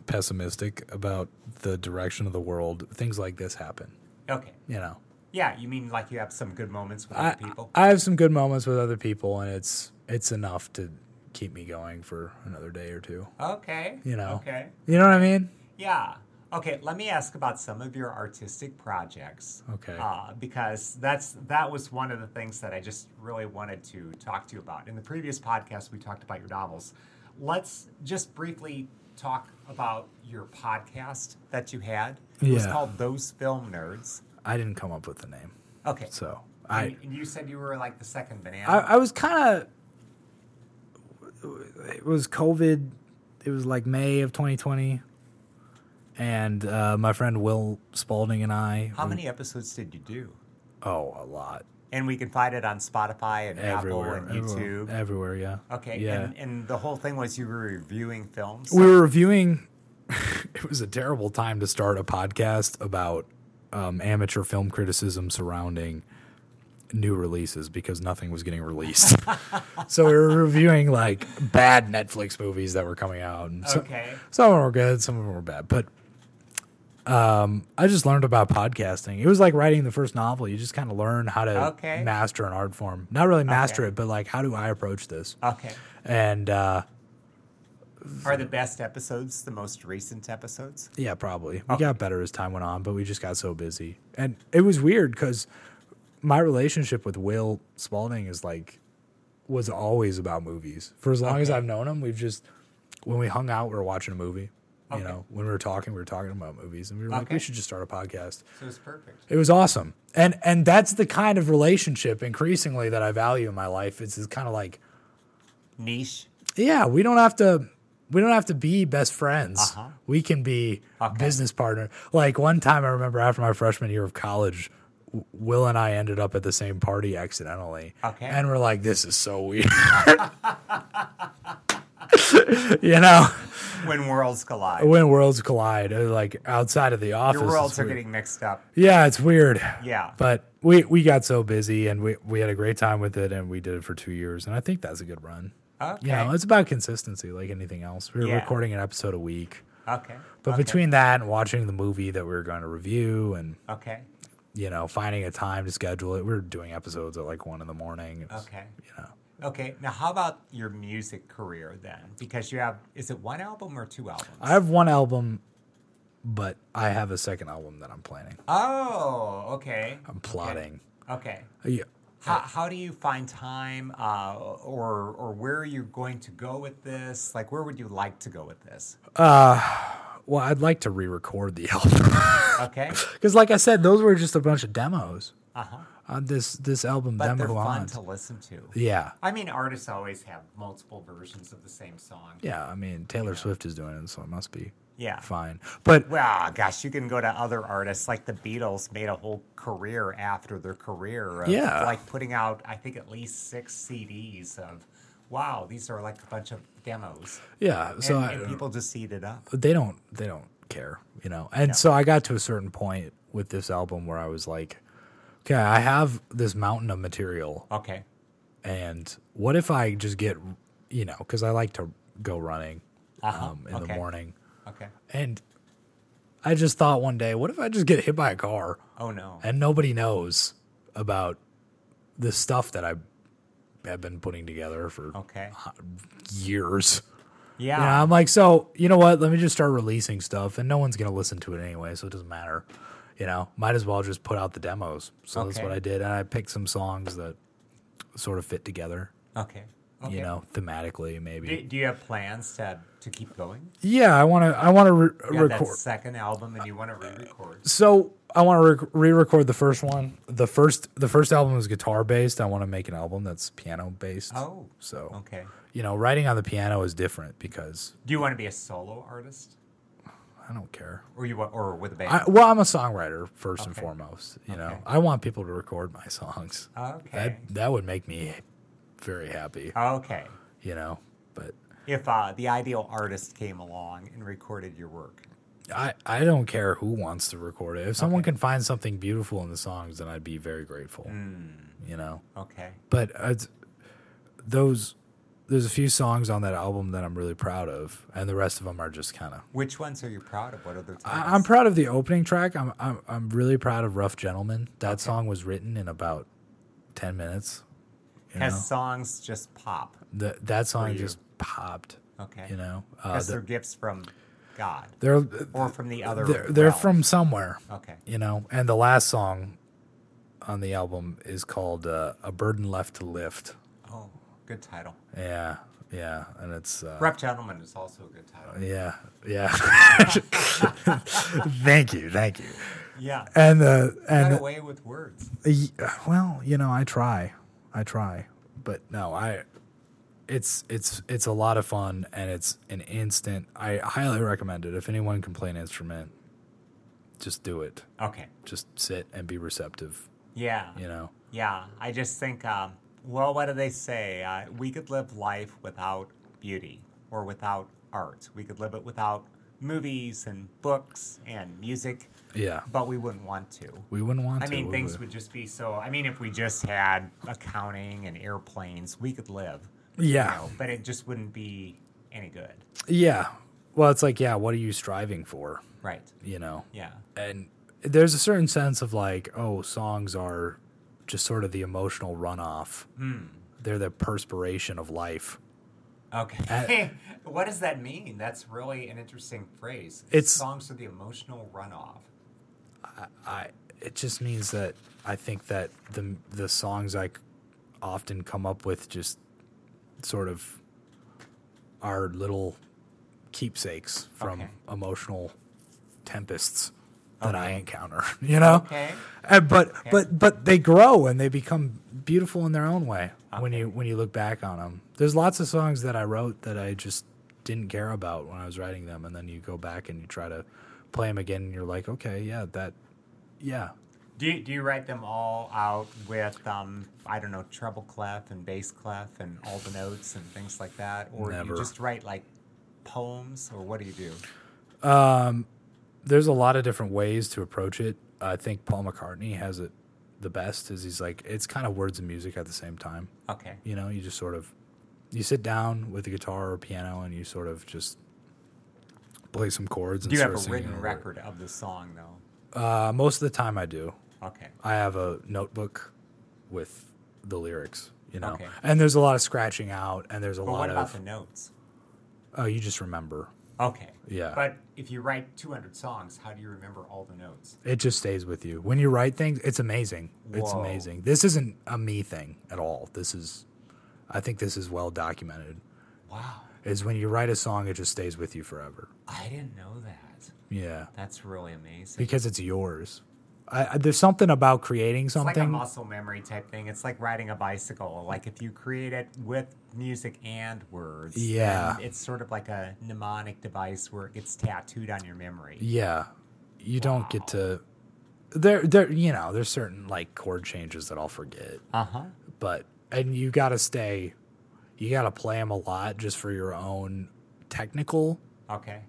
Speaker 2: pessimistic about the direction of the world, things like this happen.
Speaker 1: okay,
Speaker 2: You know,
Speaker 1: yeah. You mean like you have some good moments with
Speaker 2: I,
Speaker 1: other people?
Speaker 2: I have some good moments with other people, and it's it's enough to keep me going for another day or two.
Speaker 1: okay,
Speaker 2: You know.
Speaker 1: okay.
Speaker 2: You know what I mean?
Speaker 1: Yeah. Okay, let me ask about some of your artistic projects.
Speaker 2: Okay.
Speaker 1: Uh, because that's that was one of the things that I just really wanted to talk to you about. In the previous podcast, we talked about your novels. Let's just briefly talk about your podcast that you had. It was
Speaker 2: Yeah.
Speaker 1: called Those Film Nerds.
Speaker 2: I didn't come up with the name,
Speaker 1: Okay.
Speaker 2: so
Speaker 1: and,
Speaker 2: I
Speaker 1: and you said you were like the second banana.
Speaker 2: I, I was kind of. It was COVID. It was like May of 2020, and uh, my friend Will Spalding and I.
Speaker 1: How
Speaker 2: we-
Speaker 1: many episodes did you do?
Speaker 2: Oh, a lot.
Speaker 1: And we can find it on Spotify and
Speaker 2: Everywhere.
Speaker 1: Apple and
Speaker 2: everywhere-
Speaker 1: YouTube.
Speaker 2: Everywhere. Yeah.
Speaker 1: Okay,
Speaker 2: Yeah.
Speaker 1: and, and the whole thing was you were reviewing films.
Speaker 2: we were reviewing it was a terrible time to start a podcast about um, amateur film criticism surrounding new releases because nothing was getting released so we were reviewing like bad netflix movies that were coming out and so-
Speaker 1: Okay.
Speaker 2: some of them were good some of them were bad but um, i just learned about podcasting it was like writing the first novel you just kind of learn how to
Speaker 1: Okay.
Speaker 2: master an art form not really master
Speaker 1: Okay. Uh
Speaker 2: it but like how do i approach this
Speaker 1: Okay.
Speaker 2: and uh,
Speaker 1: Are the best episodes the most recent episodes?
Speaker 2: Yeah, probably. We got better as time went on, but we just got so busy. And it was weird because my relationship with Will Spalding is like, was always about movies. For as long as I've known him, we've just, when we hung out, we were watching a movie. You know, when we were talking, we were talking about movies. And we were like,
Speaker 1: Okay.
Speaker 2: we should just start a podcast.
Speaker 1: So it's perfect.
Speaker 2: It was awesome. And and that's the kind of relationship increasingly that I value in my life. It's this kind of like,
Speaker 1: Niche.
Speaker 2: yeah, we don't have to we don't have to be best friends.
Speaker 1: Uh-huh.
Speaker 2: We can be
Speaker 1: Okay.
Speaker 2: business partner. Like one time I remember after my freshman year of college, W- Will and I ended up at the same party accidentally.
Speaker 1: Okay.
Speaker 2: And we're like, this is so weird. you know,
Speaker 1: When worlds collide.
Speaker 2: when worlds collide, uh, like outside of the office.
Speaker 1: Your
Speaker 2: it's
Speaker 1: worlds are
Speaker 2: weird.
Speaker 1: getting mixed up.
Speaker 2: Yeah, it's weird.
Speaker 1: Yeah.
Speaker 2: But we, we got so busy and we, we had a great time with it and we did it for two years. And I think that's a good run.
Speaker 1: Okay.
Speaker 2: You know, it's about consistency like anything else. We were
Speaker 1: Yeah.
Speaker 2: recording an episode a week.
Speaker 1: okay.
Speaker 2: But
Speaker 1: okay.
Speaker 2: between that and watching the movie that we were going to review and,
Speaker 1: Okay.
Speaker 2: you know, finding a time to schedule it, we were doing episodes at like one in the morning. It was,
Speaker 1: Okay.
Speaker 2: You know,
Speaker 1: Okay. Now, how about your music career then? Because you have, is it one album or two albums?
Speaker 2: I have one album, but I have a second album that I'm planning.
Speaker 1: oh, okay.
Speaker 2: I'm plotting.
Speaker 1: Okay.
Speaker 2: Yeah.
Speaker 1: How, how do you find time uh, or, or where are you going to go with this? Like, where would you like to go with this?
Speaker 2: Well, I'd like to re record the album.
Speaker 1: Okay.
Speaker 2: Because, like I said, those were just a bunch of demos
Speaker 1: Uh huh.
Speaker 2: on this this album
Speaker 1: But they're
Speaker 2: demo
Speaker 1: fun
Speaker 2: on.
Speaker 1: to listen to.
Speaker 2: Yeah,
Speaker 1: I mean, artists always have multiple versions of the same song.
Speaker 2: yeah. I mean, Taylor Swift is doing it, so it must be
Speaker 1: Yeah.
Speaker 2: fine. But
Speaker 1: Well, gosh, you can go to other artists like the Beatles made a whole career after their career of
Speaker 2: Yeah.
Speaker 1: like putting out, I think, at least six CDs of, wow, these are like a bunch of demos.
Speaker 2: yeah, so
Speaker 1: and,
Speaker 2: I,
Speaker 1: and people just eat it up.
Speaker 2: they don't they don't care, you know. And so I got to a certain point with this album where I was like, okay, I have this mountain of material,
Speaker 1: Okay.
Speaker 2: and what if I just get, you know, because I like to go running
Speaker 1: Uh-huh,
Speaker 2: um, in the
Speaker 1: okay.
Speaker 2: morning,
Speaker 1: Okay.
Speaker 2: and I just thought one day, what if I just get hit by a car?
Speaker 1: Oh, no.
Speaker 2: and nobody knows about the
Speaker 1: Oh.
Speaker 2: stuff that I have been putting together for
Speaker 1: Okay.
Speaker 2: years. You
Speaker 3: Yeah.
Speaker 1: Ah.
Speaker 2: know, I'm like, so you know what? Let me just start releasing stuff, and no one's gonna listen to it anyway, so it doesn't matter. You know, might as well just put out the demos. So that's
Speaker 1: Okay.
Speaker 2: what I did, and I picked some songs that sort of fit together.
Speaker 1: Okay. okay.
Speaker 2: You know, thematically maybe.
Speaker 1: Do, do you have plans to to keep going?
Speaker 2: yeah, I want to. I want to re-
Speaker 1: You have that
Speaker 2: record. Uh,
Speaker 1: second album and you want to re-record.
Speaker 2: So I want to re-record the first one. The first, the first album was guitar based. I want to make an album that's piano based.
Speaker 1: Oh.
Speaker 2: so
Speaker 1: Okay.
Speaker 2: you know, writing on the piano is different because
Speaker 1: Do you want to be a solo artist,
Speaker 2: I don't care.
Speaker 1: or you wa- or with a band?
Speaker 2: I, well, I'm a songwriter first and
Speaker 1: Okay.
Speaker 2: foremost. You know,
Speaker 1: Okay.
Speaker 2: I want people to record my songs.
Speaker 1: okay.
Speaker 2: That that would make me very happy.
Speaker 1: Okay.
Speaker 2: You know, but
Speaker 1: If uh, the ideal artist came along and recorded your work,
Speaker 2: I I don't care who wants to record it. If someone can find something beautiful in the songs, then I'd be very grateful.
Speaker 1: Hmm.
Speaker 2: You know,
Speaker 1: okay.
Speaker 2: but uh, those there's a few songs on that album that I'm really proud of, and the rest of them are just kind of.
Speaker 1: Which ones are you proud of? What other? Titles?
Speaker 2: I'm proud of the opening track. I'm I'm I'm really proud of Rough Gentleman. That song was written in about ten minutes. You
Speaker 1: Has
Speaker 2: know?
Speaker 1: songs just pop?
Speaker 2: The, that song
Speaker 1: you?
Speaker 2: just popped.
Speaker 1: Okay.
Speaker 2: You know, uh,
Speaker 1: Because
Speaker 2: the-
Speaker 1: they're gifts from God
Speaker 2: they're
Speaker 1: or from the other.
Speaker 2: they're, they're
Speaker 1: realm.
Speaker 2: from somewhere.
Speaker 1: Okay.
Speaker 2: You know, and the last song on the album is called uh, "A Burden Left to Lift."
Speaker 1: Oh, good title.
Speaker 2: Yeah, yeah, and it's uh,
Speaker 1: Rough Gentleman is also a good title.
Speaker 2: yeah, yeah. thank you, thank you.
Speaker 1: Yeah.
Speaker 2: And the and
Speaker 1: Got
Speaker 2: the-
Speaker 1: away with words.
Speaker 2: Y- well you know i try i try but no i it's it's it's a lot of fun and it's an instant i highly recommend it if anyone can play an instrument just do it
Speaker 1: Okay.
Speaker 2: just sit and be receptive
Speaker 1: Yeah.
Speaker 2: you know
Speaker 1: Yeah. I just think, um, well, what do they say? Uh, we could live life without beauty or without art. We could live it without movies and books and music,
Speaker 2: yeah
Speaker 1: but we wouldn't want to.
Speaker 2: we wouldn't want
Speaker 1: I
Speaker 2: to
Speaker 1: mean,
Speaker 2: would
Speaker 1: things
Speaker 2: we?
Speaker 1: would just be so. I mean, if we just had accounting and airplanes, we could live.
Speaker 2: yeah
Speaker 1: know, but it just wouldn't be any good.
Speaker 2: yeah well it's like yeah what are you striving for
Speaker 1: Right.
Speaker 2: you know
Speaker 1: Yeah.
Speaker 2: and there's a certain sense of like, oh, songs are just sort of the emotional runoff.
Speaker 1: Hmm.
Speaker 2: They're the perspiration of life.
Speaker 1: Okay. what does that mean? That's really an interesting phrase.
Speaker 2: It's-
Speaker 1: songs are the emotional runoff.
Speaker 2: I it just means that I think that the the songs I c- often come up with just sort of are little keepsakes from
Speaker 1: Okay.
Speaker 2: emotional tempests that I encounter, you know?
Speaker 1: Okay.
Speaker 2: And, Uh, but but but they grow and they become beautiful in their own way when you when you look back on them. There's lots of songs that I wrote that I just didn't care about when I was writing them, and then you go back and you try to play them again, and you're like, okay, yeah, that, yeah,
Speaker 1: Do you, do you write them all out with um I don't know treble clef and bass clef and all the notes and things like that, or do
Speaker 2: Never.
Speaker 1: you just write like poems, or what do you do?
Speaker 2: there's a lot of different ways to approach it. I think Paul McCartney has it the best. Is he's like it's kind of words and music at the same time.
Speaker 1: Okay.
Speaker 2: You know, you just sort of you sit down with a guitar or piano and you sort of just play some chords. And
Speaker 1: Do you have a
Speaker 2: start singing
Speaker 1: written
Speaker 2: over it.
Speaker 1: record of the song though?
Speaker 2: Uh, most of the time, I do.
Speaker 1: Okay.
Speaker 2: I have a notebook with the lyrics. You know,
Speaker 1: Okay.
Speaker 2: and there's a lot of scratching out, and there's a
Speaker 1: But
Speaker 2: lot
Speaker 1: what about
Speaker 2: of
Speaker 1: the notes?
Speaker 2: oh, you just remember.
Speaker 1: Okay.
Speaker 2: Yeah.
Speaker 1: But if you write 200 songs, how do you remember all the notes?
Speaker 2: It just stays with you. When you write things, it's amazing. It's
Speaker 1: Whoa.
Speaker 2: amazing. This isn't a me thing at all. This is, I think this is well documented.
Speaker 1: Wow.
Speaker 2: Is when you write a song, it just stays with you forever.
Speaker 1: I didn't know that.
Speaker 2: Yeah,
Speaker 1: That's really amazing.
Speaker 2: because it's yours. I, I- there's something about creating
Speaker 1: It's like a
Speaker 2: something.
Speaker 1: muscle memory type thing. It's like riding a bicycle. Like if you create it with music and words, then
Speaker 2: Yeah.
Speaker 1: it's sort of like a mnemonic device where it gets tattooed on your memory.
Speaker 2: yeah, you don't get to. There, there. You know, there's certain like chord changes that I'll forget.
Speaker 1: Uh huh.
Speaker 2: but and you got to stay you got to play them a lot just for your own technical
Speaker 1: Okay.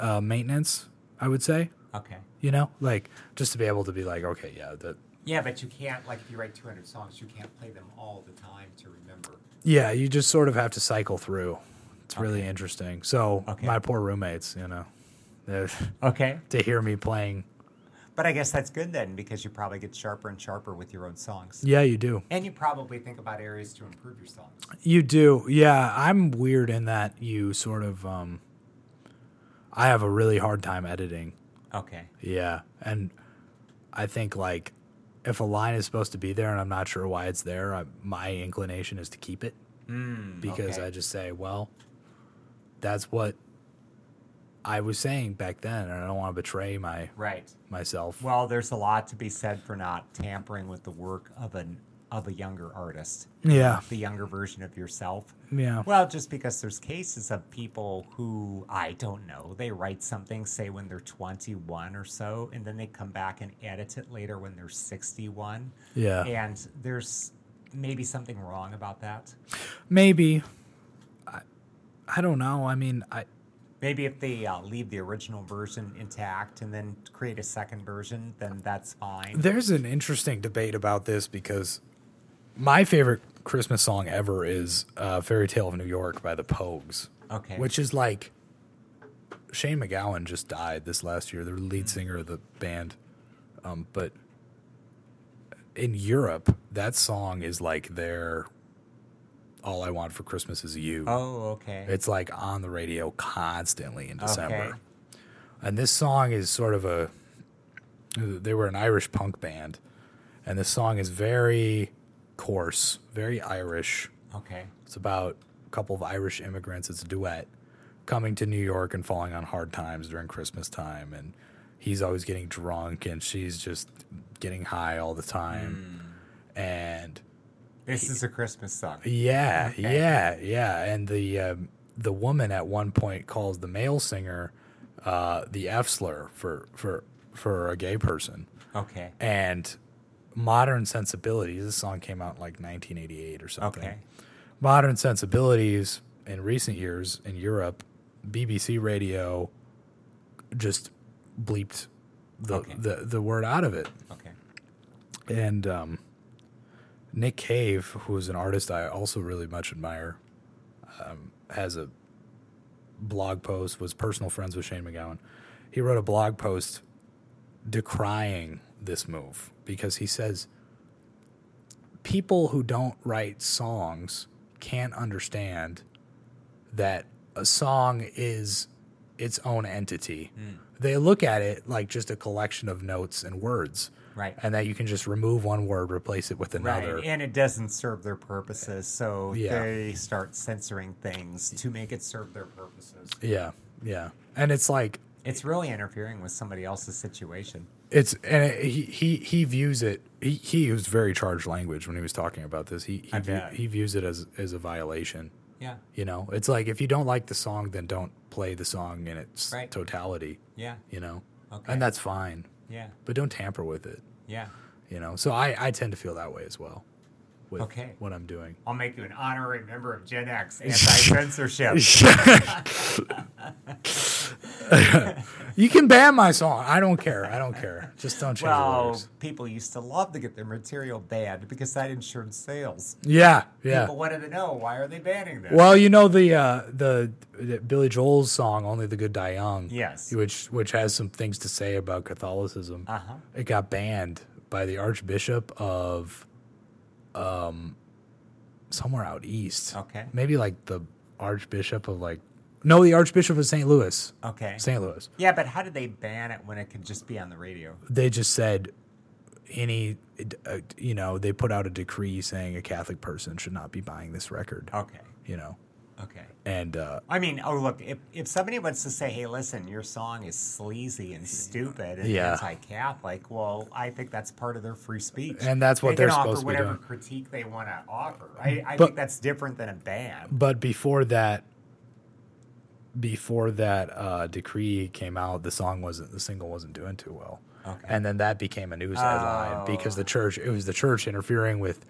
Speaker 2: uh, maintenance i would say
Speaker 1: Okay.
Speaker 2: you know like just to be able to be like okay yeah that
Speaker 1: Yeah, but you can't like if you write 200 songs, you can't play them all the time to remember.
Speaker 2: yeah you just sort of have to cycle through it's really interesting so
Speaker 1: Okay.
Speaker 2: my poor roommates you know they're-
Speaker 1: Okay.
Speaker 2: to hear me playing
Speaker 1: But I guess that's good then because you probably get sharper and sharper with your own songs.
Speaker 2: Yeah, you do.
Speaker 1: And you probably think about areas to improve your songs.
Speaker 2: You do. Yeah, I'm weird in that you sort of um I have a really hard time editing.
Speaker 1: Okay.
Speaker 2: Yeah. And I think like if a line is supposed to be there and I'm not sure why it's there, I, my inclination is to keep it
Speaker 1: Mm,
Speaker 2: because
Speaker 1: okay.
Speaker 2: I just say, well, that's what I was saying back then and I don't want to betray my
Speaker 1: Right.
Speaker 2: myself.
Speaker 1: Well, there's a lot to be said for not tampering with the work of an of a younger artist,
Speaker 2: yeah.
Speaker 1: the younger version of yourself.
Speaker 2: Yeah.
Speaker 1: Well, just because there's cases of people who I don't know, they write something, say when they're 21 or so, and then they come back and edit it later when they're 61.
Speaker 2: Yeah.
Speaker 1: And there's maybe something wrong about that.
Speaker 2: Maybe I I don't know. I mean, I
Speaker 1: Maybe if they uh, leave the original version intact and then create a second version, then that's fine.
Speaker 2: There's an interesting debate about this because my favorite Christmas song ever is uh, Fairy Tale of New York by the Pogues,
Speaker 1: Okay.
Speaker 2: which is like Shane McGowan just died this last year, the lead singer of the band. Um, but in Europe, that song is like their All I Want for Christmas is You.
Speaker 1: oh, okay.
Speaker 2: It's like on the radio constantly in December.
Speaker 1: Okay.
Speaker 2: And this song is sort of a they were an Irish punk band and this song is very coarse, very Irish.
Speaker 1: Okay.
Speaker 2: It's about a couple of Irish immigrants, it's a duet coming to New York and falling on hard times during Christmas time and he's always getting drunk and she's just getting high all the time. And
Speaker 1: This is a Christmas song.
Speaker 2: yeah, yeah, yeah. And the um, the woman at one point calls the male singer uh, the F slur for for for a gay person.
Speaker 1: Okay.
Speaker 2: And Modern Sensibilities. This song came out in like 1988 or something.
Speaker 1: Okay.
Speaker 2: Modern Sensibilities in recent years in Europe, BBC Radio just bleeped the
Speaker 1: Okay.
Speaker 2: the, the word out of it
Speaker 1: Okay.
Speaker 2: and um, Nick Cave, who is an artist I also really much admire, um, has a blog post. Was personal friends with Shane McGowan. He wrote a blog post decrying this move because he says people who don't write songs can't understand that a song is its own entity. They look at it like just a collection of notes and words
Speaker 1: Right.
Speaker 2: and that you can just remove one word, replace it with
Speaker 1: Right.
Speaker 2: another.
Speaker 1: And it doesn't serve their purposes. So
Speaker 2: Yeah.
Speaker 1: they start censoring things to make it serve their purposes.
Speaker 2: Yeah, yeah. And it's like
Speaker 1: It's really interfering with somebody else's situation.
Speaker 2: it's and it, he he he views it. He, he used very charged language when he was talking about this. He he,
Speaker 1: I
Speaker 2: view,
Speaker 1: bet.
Speaker 2: he views it as as a violation.
Speaker 1: Yeah.
Speaker 2: You know, it's like if you don't like the song, then don't play the song in its
Speaker 1: Right.
Speaker 2: totality.
Speaker 1: Yeah.
Speaker 2: You know,
Speaker 1: Okay.
Speaker 2: and that's fine,
Speaker 1: Yeah.
Speaker 2: but don't tamper with it.
Speaker 1: Yeah.
Speaker 2: You know, so I I tend to feel that way as well. With
Speaker 1: Okay.
Speaker 2: what I'm doing.
Speaker 1: I'll make you an honorary member of Gen X anti-censorship.
Speaker 2: you can ban my song. I don't care. I don't care. Just don't change the
Speaker 1: well,
Speaker 2: lyrics.
Speaker 1: people used to love to get their material banned because that insured sales.
Speaker 2: Yeah, yeah.
Speaker 1: People wanted to know why are they banning this?
Speaker 2: Well, you know the uh, the, the Billy Joel's song "Only the Good Die Young,"
Speaker 1: Yes.
Speaker 2: which which has some things to say about Catholicism.
Speaker 1: Uh huh.
Speaker 2: It got banned by the Archbishop of, um, somewhere out east.
Speaker 1: Okay.
Speaker 2: maybe like the Archbishop of like, no, the Archbishop of St. Louis.
Speaker 1: Okay.
Speaker 2: St. Louis.
Speaker 1: Yeah, but how did they ban it when it could just be on the radio?
Speaker 2: they just said any uh, you know they put out a decree saying a catholic person should not be buying this record
Speaker 1: Okay.
Speaker 2: you know
Speaker 1: Okay.
Speaker 2: and uh
Speaker 1: I mean, oh look, if, if somebody wants to say, "Hey, listen, your song is sleazy and stupid and
Speaker 2: Yeah.
Speaker 1: anti-Catholic," well, I think that's part of their free speech,
Speaker 2: And that's what
Speaker 1: they
Speaker 2: they're
Speaker 1: can offer
Speaker 2: supposed to be
Speaker 1: whatever
Speaker 2: doing.
Speaker 1: critique they want to offer. I, I
Speaker 2: But-
Speaker 1: think that's different than a ban.
Speaker 2: but before that before that uh decree came out the song wasn't the single wasn't doing too well
Speaker 1: Okay. Oh.
Speaker 2: and then that became a news headline because the church it was the church interfering with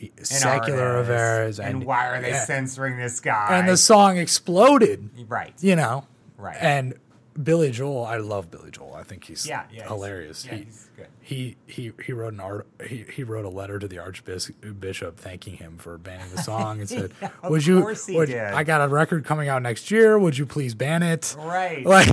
Speaker 1: An
Speaker 2: secular
Speaker 1: artist.
Speaker 2: affairs
Speaker 1: and, why are they
Speaker 2: yeah.
Speaker 1: censoring this guy?
Speaker 2: and the song exploded
Speaker 1: right,
Speaker 2: you know
Speaker 1: Right.
Speaker 2: and Billy Joel, I love Billy Joel. I think he's
Speaker 1: Yeah, yeah, he's-
Speaker 2: hilarious.
Speaker 1: yeah,
Speaker 2: he,
Speaker 1: he's good.
Speaker 2: he he he wrote an art he, he wrote a letter to the archbishop thanking him for banning the song and said,
Speaker 1: Yeah, of
Speaker 2: "Would you?
Speaker 1: course he
Speaker 2: would-
Speaker 1: did.
Speaker 2: I got a record coming out next year. Would you please ban it?
Speaker 1: Right.
Speaker 2: Like,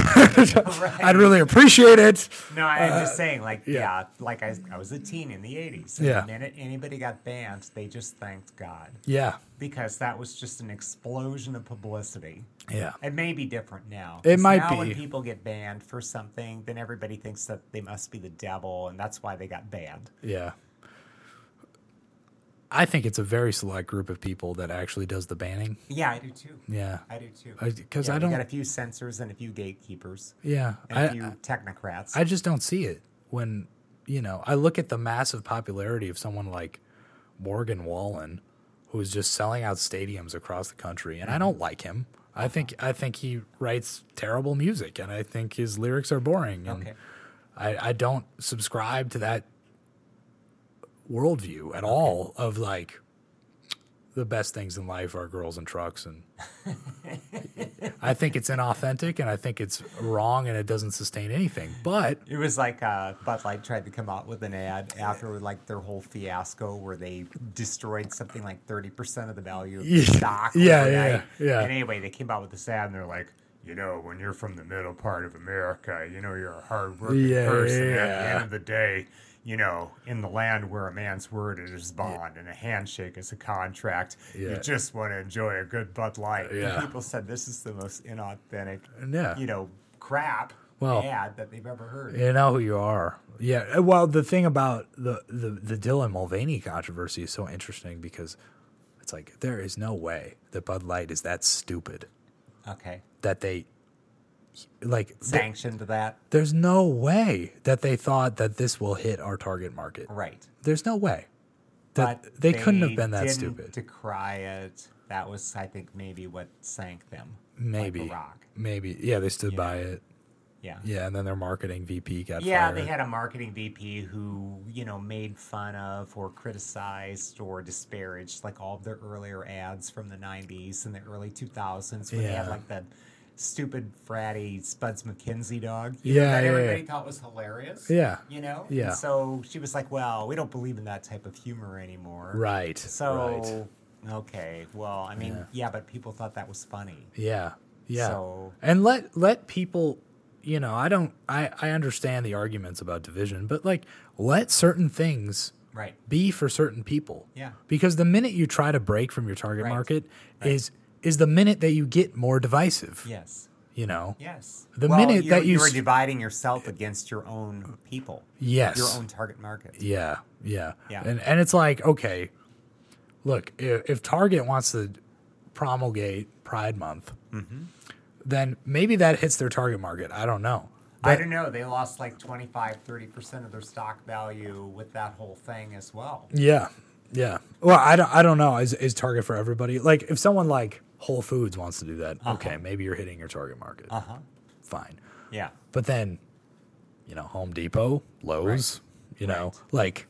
Speaker 2: I'd really appreciate it."
Speaker 1: No, I- I'm just saying, like,
Speaker 2: yeah.
Speaker 1: yeah, like I, I was a teen in the 80s.
Speaker 2: Yeah.
Speaker 1: The minute anybody got banned, they just thanked God
Speaker 2: Yeah,
Speaker 1: because that was just an explosion of publicity.
Speaker 2: yeah,
Speaker 1: It may be different now.
Speaker 2: It
Speaker 1: 'cause
Speaker 2: might
Speaker 1: now When
Speaker 2: be.
Speaker 1: people get banned for something, then everybody thinks that they must be the devil, and that's why they got banned.
Speaker 2: yeah. I think it's a very select group of people that actually does the banning.
Speaker 1: Yeah, I do too.
Speaker 2: Yeah,
Speaker 1: I do too.
Speaker 2: I- 'cause
Speaker 1: Yeah,
Speaker 2: I
Speaker 1: we
Speaker 2: don't-
Speaker 1: got a few censors and a few gatekeepers
Speaker 2: yeah.
Speaker 1: and a
Speaker 2: I-
Speaker 1: few technocrats.
Speaker 2: I just don't see it when you know I look at the massive popularity of someone like Morgan Wallen, who is just selling out stadiums across the country, and I don't like him. I think I think he writes terrible music, and I think his lyrics are boring, and
Speaker 1: Okay.
Speaker 2: I, I don't subscribe to that worldview at all of like the best things in life are girls and trucks and I think it's inauthentic and I think it's wrong and it doesn't sustain anything. But
Speaker 1: It was like uh, Bud Light tried to come out with an ad after like their whole fiasco where they destroyed something like thirty percent of the value of the
Speaker 2: Yeah.
Speaker 1: stock.
Speaker 2: Yeah,
Speaker 1: overnight.
Speaker 2: yeah, yeah.
Speaker 1: And anyway, they came out with this ad and they're like, you know, when you're from the middle part of America, you know, you're a hardworking
Speaker 2: Yeah,
Speaker 1: person. At the
Speaker 2: yeah.
Speaker 1: end of the day, you know, in the land where a man's word is his bond and a handshake is a contract,
Speaker 2: Yeah.
Speaker 1: you just want to enjoy a good Bud Light. And
Speaker 2: Yeah.
Speaker 1: people said this is the most inauthentic,
Speaker 2: Yeah.
Speaker 1: you know, crap
Speaker 2: Well-
Speaker 1: ad that they've ever heard.
Speaker 2: You know who you are. Yeah. uh, Well, the thing about the, the, the Dylan Mulvaney controversy is so interesting because it's like there is no way that Bud Light is that stupid
Speaker 1: Okay.
Speaker 2: that they like th-
Speaker 1: Sanctioned that.
Speaker 2: there's no way that they thought that this will hit our target market.
Speaker 1: Right.
Speaker 2: There's no way that they, couldn't have been that
Speaker 1: didn't
Speaker 2: stupid.
Speaker 1: Decry it. That was, I think, maybe what sank them. like
Speaker 2: Maybe.
Speaker 1: a rock.
Speaker 2: Maybe. Yeah, they stood by
Speaker 1: Yeah.
Speaker 2: it.
Speaker 1: Yeah.
Speaker 2: Yeah, and then their marketing VP got fired.
Speaker 1: they had a marketing VP who, you know, made fun of or criticized or disparaged like all of their earlier ads from the 90s and the early 2000s when they had
Speaker 2: Yeah.
Speaker 1: like that stupid fratty Spuds McKenzie dog.
Speaker 2: Yeah,
Speaker 1: know, that
Speaker 2: yeah, yeah.
Speaker 1: everybody thought was hilarious.
Speaker 2: Yeah.
Speaker 1: You know?
Speaker 2: Yeah.
Speaker 1: And so she was like, well, we don't believe in that type of humor anymore.
Speaker 2: right. right.
Speaker 1: So, okay. Well, I mean, yeah. but people thought that was funny.
Speaker 2: Yeah. Yeah.
Speaker 1: So-
Speaker 2: And let let people, you know, I don't I I understand the arguments about division, but like let certain things
Speaker 1: Right.
Speaker 2: be for certain people.
Speaker 1: Yeah.
Speaker 2: Because the minute you try to break from your target
Speaker 1: Right.
Speaker 2: market is is the minute that you get more divisive,
Speaker 1: Yes.
Speaker 2: you know.
Speaker 1: Yes.
Speaker 2: The
Speaker 1: Well,
Speaker 2: minute
Speaker 1: you're-
Speaker 2: that you
Speaker 1: you were
Speaker 2: s-
Speaker 1: dividing yourself against your own people,
Speaker 2: Yes.
Speaker 1: your own target market.
Speaker 2: Yeah, yeah,
Speaker 1: Yeah.
Speaker 2: And and it's like, okay, look, if, if Target wants to promulgate Pride Month,
Speaker 1: Mm-hmm.
Speaker 2: then maybe that hits their target market. I don't know.
Speaker 1: I don't know. They lost like 25, 30% of their stock value with that whole thing as well.
Speaker 2: Yeah, yeah. Well, I don't, I don't know. Is is Target for everybody? Like, if someone like Whole Foods wants to do that,
Speaker 1: Uh-huh.
Speaker 2: okay, maybe you're hitting your target market. Uh huh. Fine,
Speaker 1: Yeah.
Speaker 2: but then, you know, Home Depot, Lowe's, you know, like,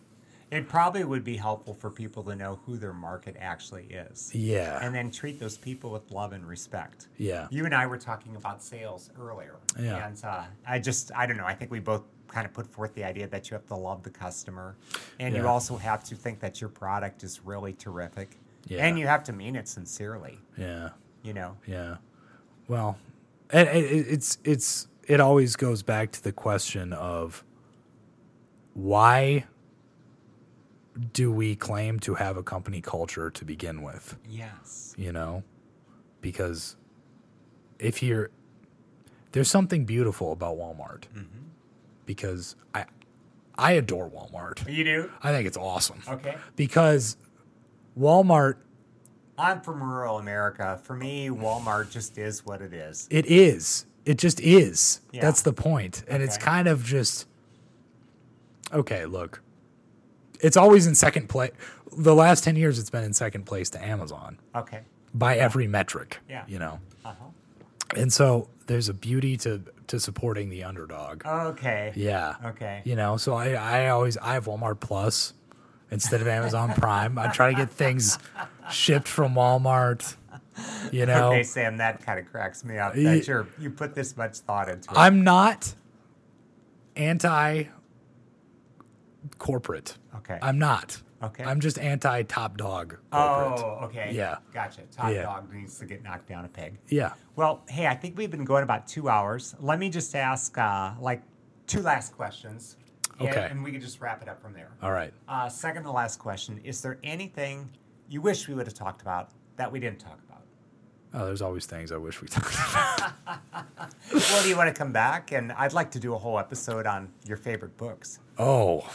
Speaker 1: It probably would be helpful for people to know who their market actually is.
Speaker 2: yeah,
Speaker 1: and then treat those people with love and respect.
Speaker 2: Yeah.
Speaker 1: You and I were talking about sales earlier.
Speaker 2: Yeah.
Speaker 1: And uh, I just, I don't know. I think we both kind of put forth the idea that you have to love the customer, and you
Speaker 2: Yeah.
Speaker 1: also have to think that your product is really terrific,
Speaker 2: Yeah.
Speaker 1: and you have to mean it sincerely.
Speaker 2: yeah.
Speaker 1: You know.
Speaker 2: Yeah. Well, and it, it- it's it's it always goes back to the question of why do we claim to have a company culture to begin with?
Speaker 1: Yes.
Speaker 2: You know, because if you're there's something beautiful about Walmart
Speaker 1: Mm-hmm.
Speaker 2: because I I adore Walmart.
Speaker 1: You do.
Speaker 2: I think it's awesome
Speaker 1: Okay.
Speaker 2: because Walmart
Speaker 1: I'm from rural America. For me, Walmart just is what it is.
Speaker 2: It is. It just is.
Speaker 1: Yeah.
Speaker 2: That's the point. And it's
Speaker 1: Okay.
Speaker 2: kind of just okay, look. It's always in second place. The last 10 years it's been in second place to Amazon
Speaker 1: Okay.
Speaker 2: by every metric,
Speaker 1: Yeah.
Speaker 2: you know.
Speaker 1: Uh
Speaker 2: And so there's a beauty to to supporting the underdog.
Speaker 1: huh. Okay.
Speaker 2: Yeah.
Speaker 1: Oh. Okay.
Speaker 2: You know, so I I always I have Walmart Plus instead of Amazon Prime. I try to get things shipped from Walmart. You know,
Speaker 1: Okay, Sam, that kind of cracks me up.
Speaker 2: Ye-
Speaker 1: That you're, you put this much thought into it.
Speaker 2: I'm not anti corporate.
Speaker 1: okay.
Speaker 2: I'm not.
Speaker 1: Okay.
Speaker 2: I'm just anti top dog. Corporate.
Speaker 1: oh, okay.
Speaker 2: Yeah.
Speaker 1: Gotcha. Top
Speaker 2: Yeah.
Speaker 1: dog needs to get knocked down a peg.
Speaker 2: Yeah.
Speaker 1: Well, hey, I think we've been going about two hours. Let me just ask uh, like two last questions. and-
Speaker 2: Okay.
Speaker 1: And we can just wrap it up from there.
Speaker 2: All right.
Speaker 1: Uh, second to last question Is there anything you wish we would have talked about that we didn't talk about?
Speaker 2: Oh, there's always things I wish we talked about.
Speaker 1: well, do you want to come back? And I'd like to do a whole episode on your favorite books.
Speaker 2: Oh,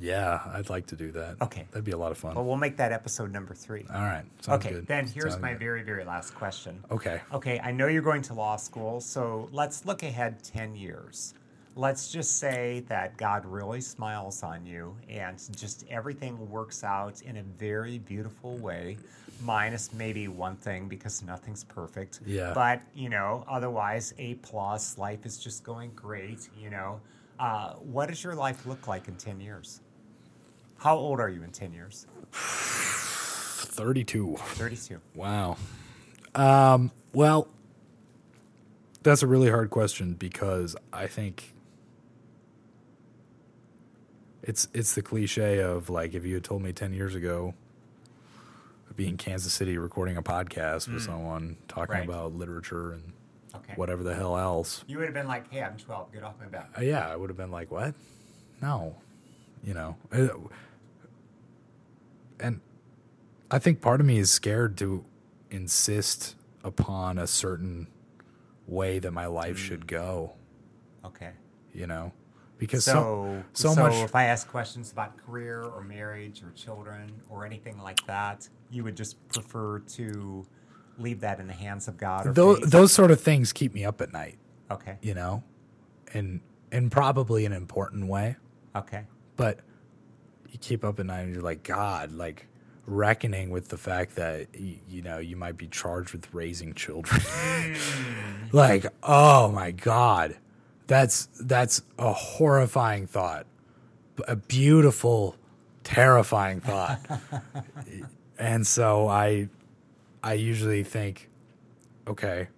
Speaker 2: yeah. I'd like to do that.
Speaker 1: Okay.
Speaker 2: That'd be a lot of fun.
Speaker 1: But we'll make that episode number three.
Speaker 2: All right. Uh, Sounds
Speaker 1: Okay,
Speaker 2: good.
Speaker 1: then here's
Speaker 2: Sounds
Speaker 1: my
Speaker 2: good.
Speaker 1: very, very last question.
Speaker 2: Okay.
Speaker 1: Okay, I know you're going to law school, so let's look ahead 10 years. Let's just say that God really smiles on you and just everything works out in a very beautiful way, minus maybe one thing because nothing's perfect.
Speaker 2: Yeah.
Speaker 1: But, you know, otherwise, A plus, life is just going great, you know. Uh, what does your life look like in 10 years? How old are you in 10 years?
Speaker 2: 32.
Speaker 1: 32.
Speaker 2: Wow. Um, well, that's a really hard question because I think it's it's the cliche of like if you had told me 10 years ago I'd be in Kansas City recording a podcast with someone talking
Speaker 1: Mm. Right.
Speaker 2: about literature and
Speaker 1: Okay.
Speaker 2: whatever the hell else.
Speaker 1: You would have been like, hey, I'm 12, get off my back.
Speaker 2: Uh, yeah, I would have been like, "What? No." You know. Uh, And I think part of me is scared to insist upon a certain way that my life
Speaker 1: Mm.
Speaker 2: should go,
Speaker 1: Okay.
Speaker 2: you know. Because
Speaker 1: So,
Speaker 2: so
Speaker 1: so,
Speaker 2: much-
Speaker 1: if I ask questions about career or marriage or children or anything like that, you would just prefer to leave that in the hands of God or
Speaker 2: those,
Speaker 1: faith?
Speaker 2: those sort of things keep me up at night,
Speaker 1: Okay.
Speaker 2: you know. And and probably an important way.
Speaker 1: Okay.
Speaker 2: but you keep up at night and you're like god like reckoning with the fact that y- you know you might be charged with raising children like oh my god that's that's a horrifying thought b- a beautiful terrifying thought and so i i usually think okay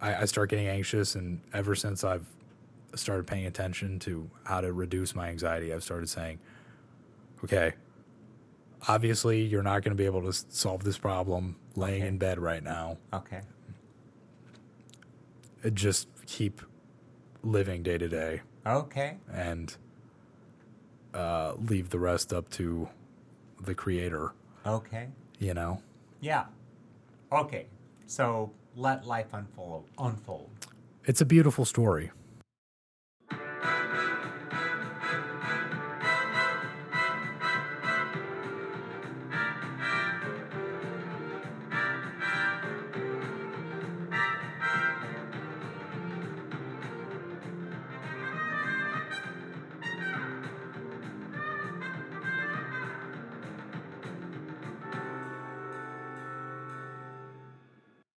Speaker 2: I, I start getting anxious and ever since i've started paying attention to how to reduce my anxiety i've started saying okay obviously you're not going to be able to s- solve this problem laying in bed right now
Speaker 1: Okay.
Speaker 2: Uh, just keep living day to day
Speaker 1: Okay.
Speaker 2: and uh, leave the rest up to the creator
Speaker 1: Okay.
Speaker 2: you know
Speaker 1: Yeah. Okay. So let life unfold. Unfold.
Speaker 2: it's a beautiful story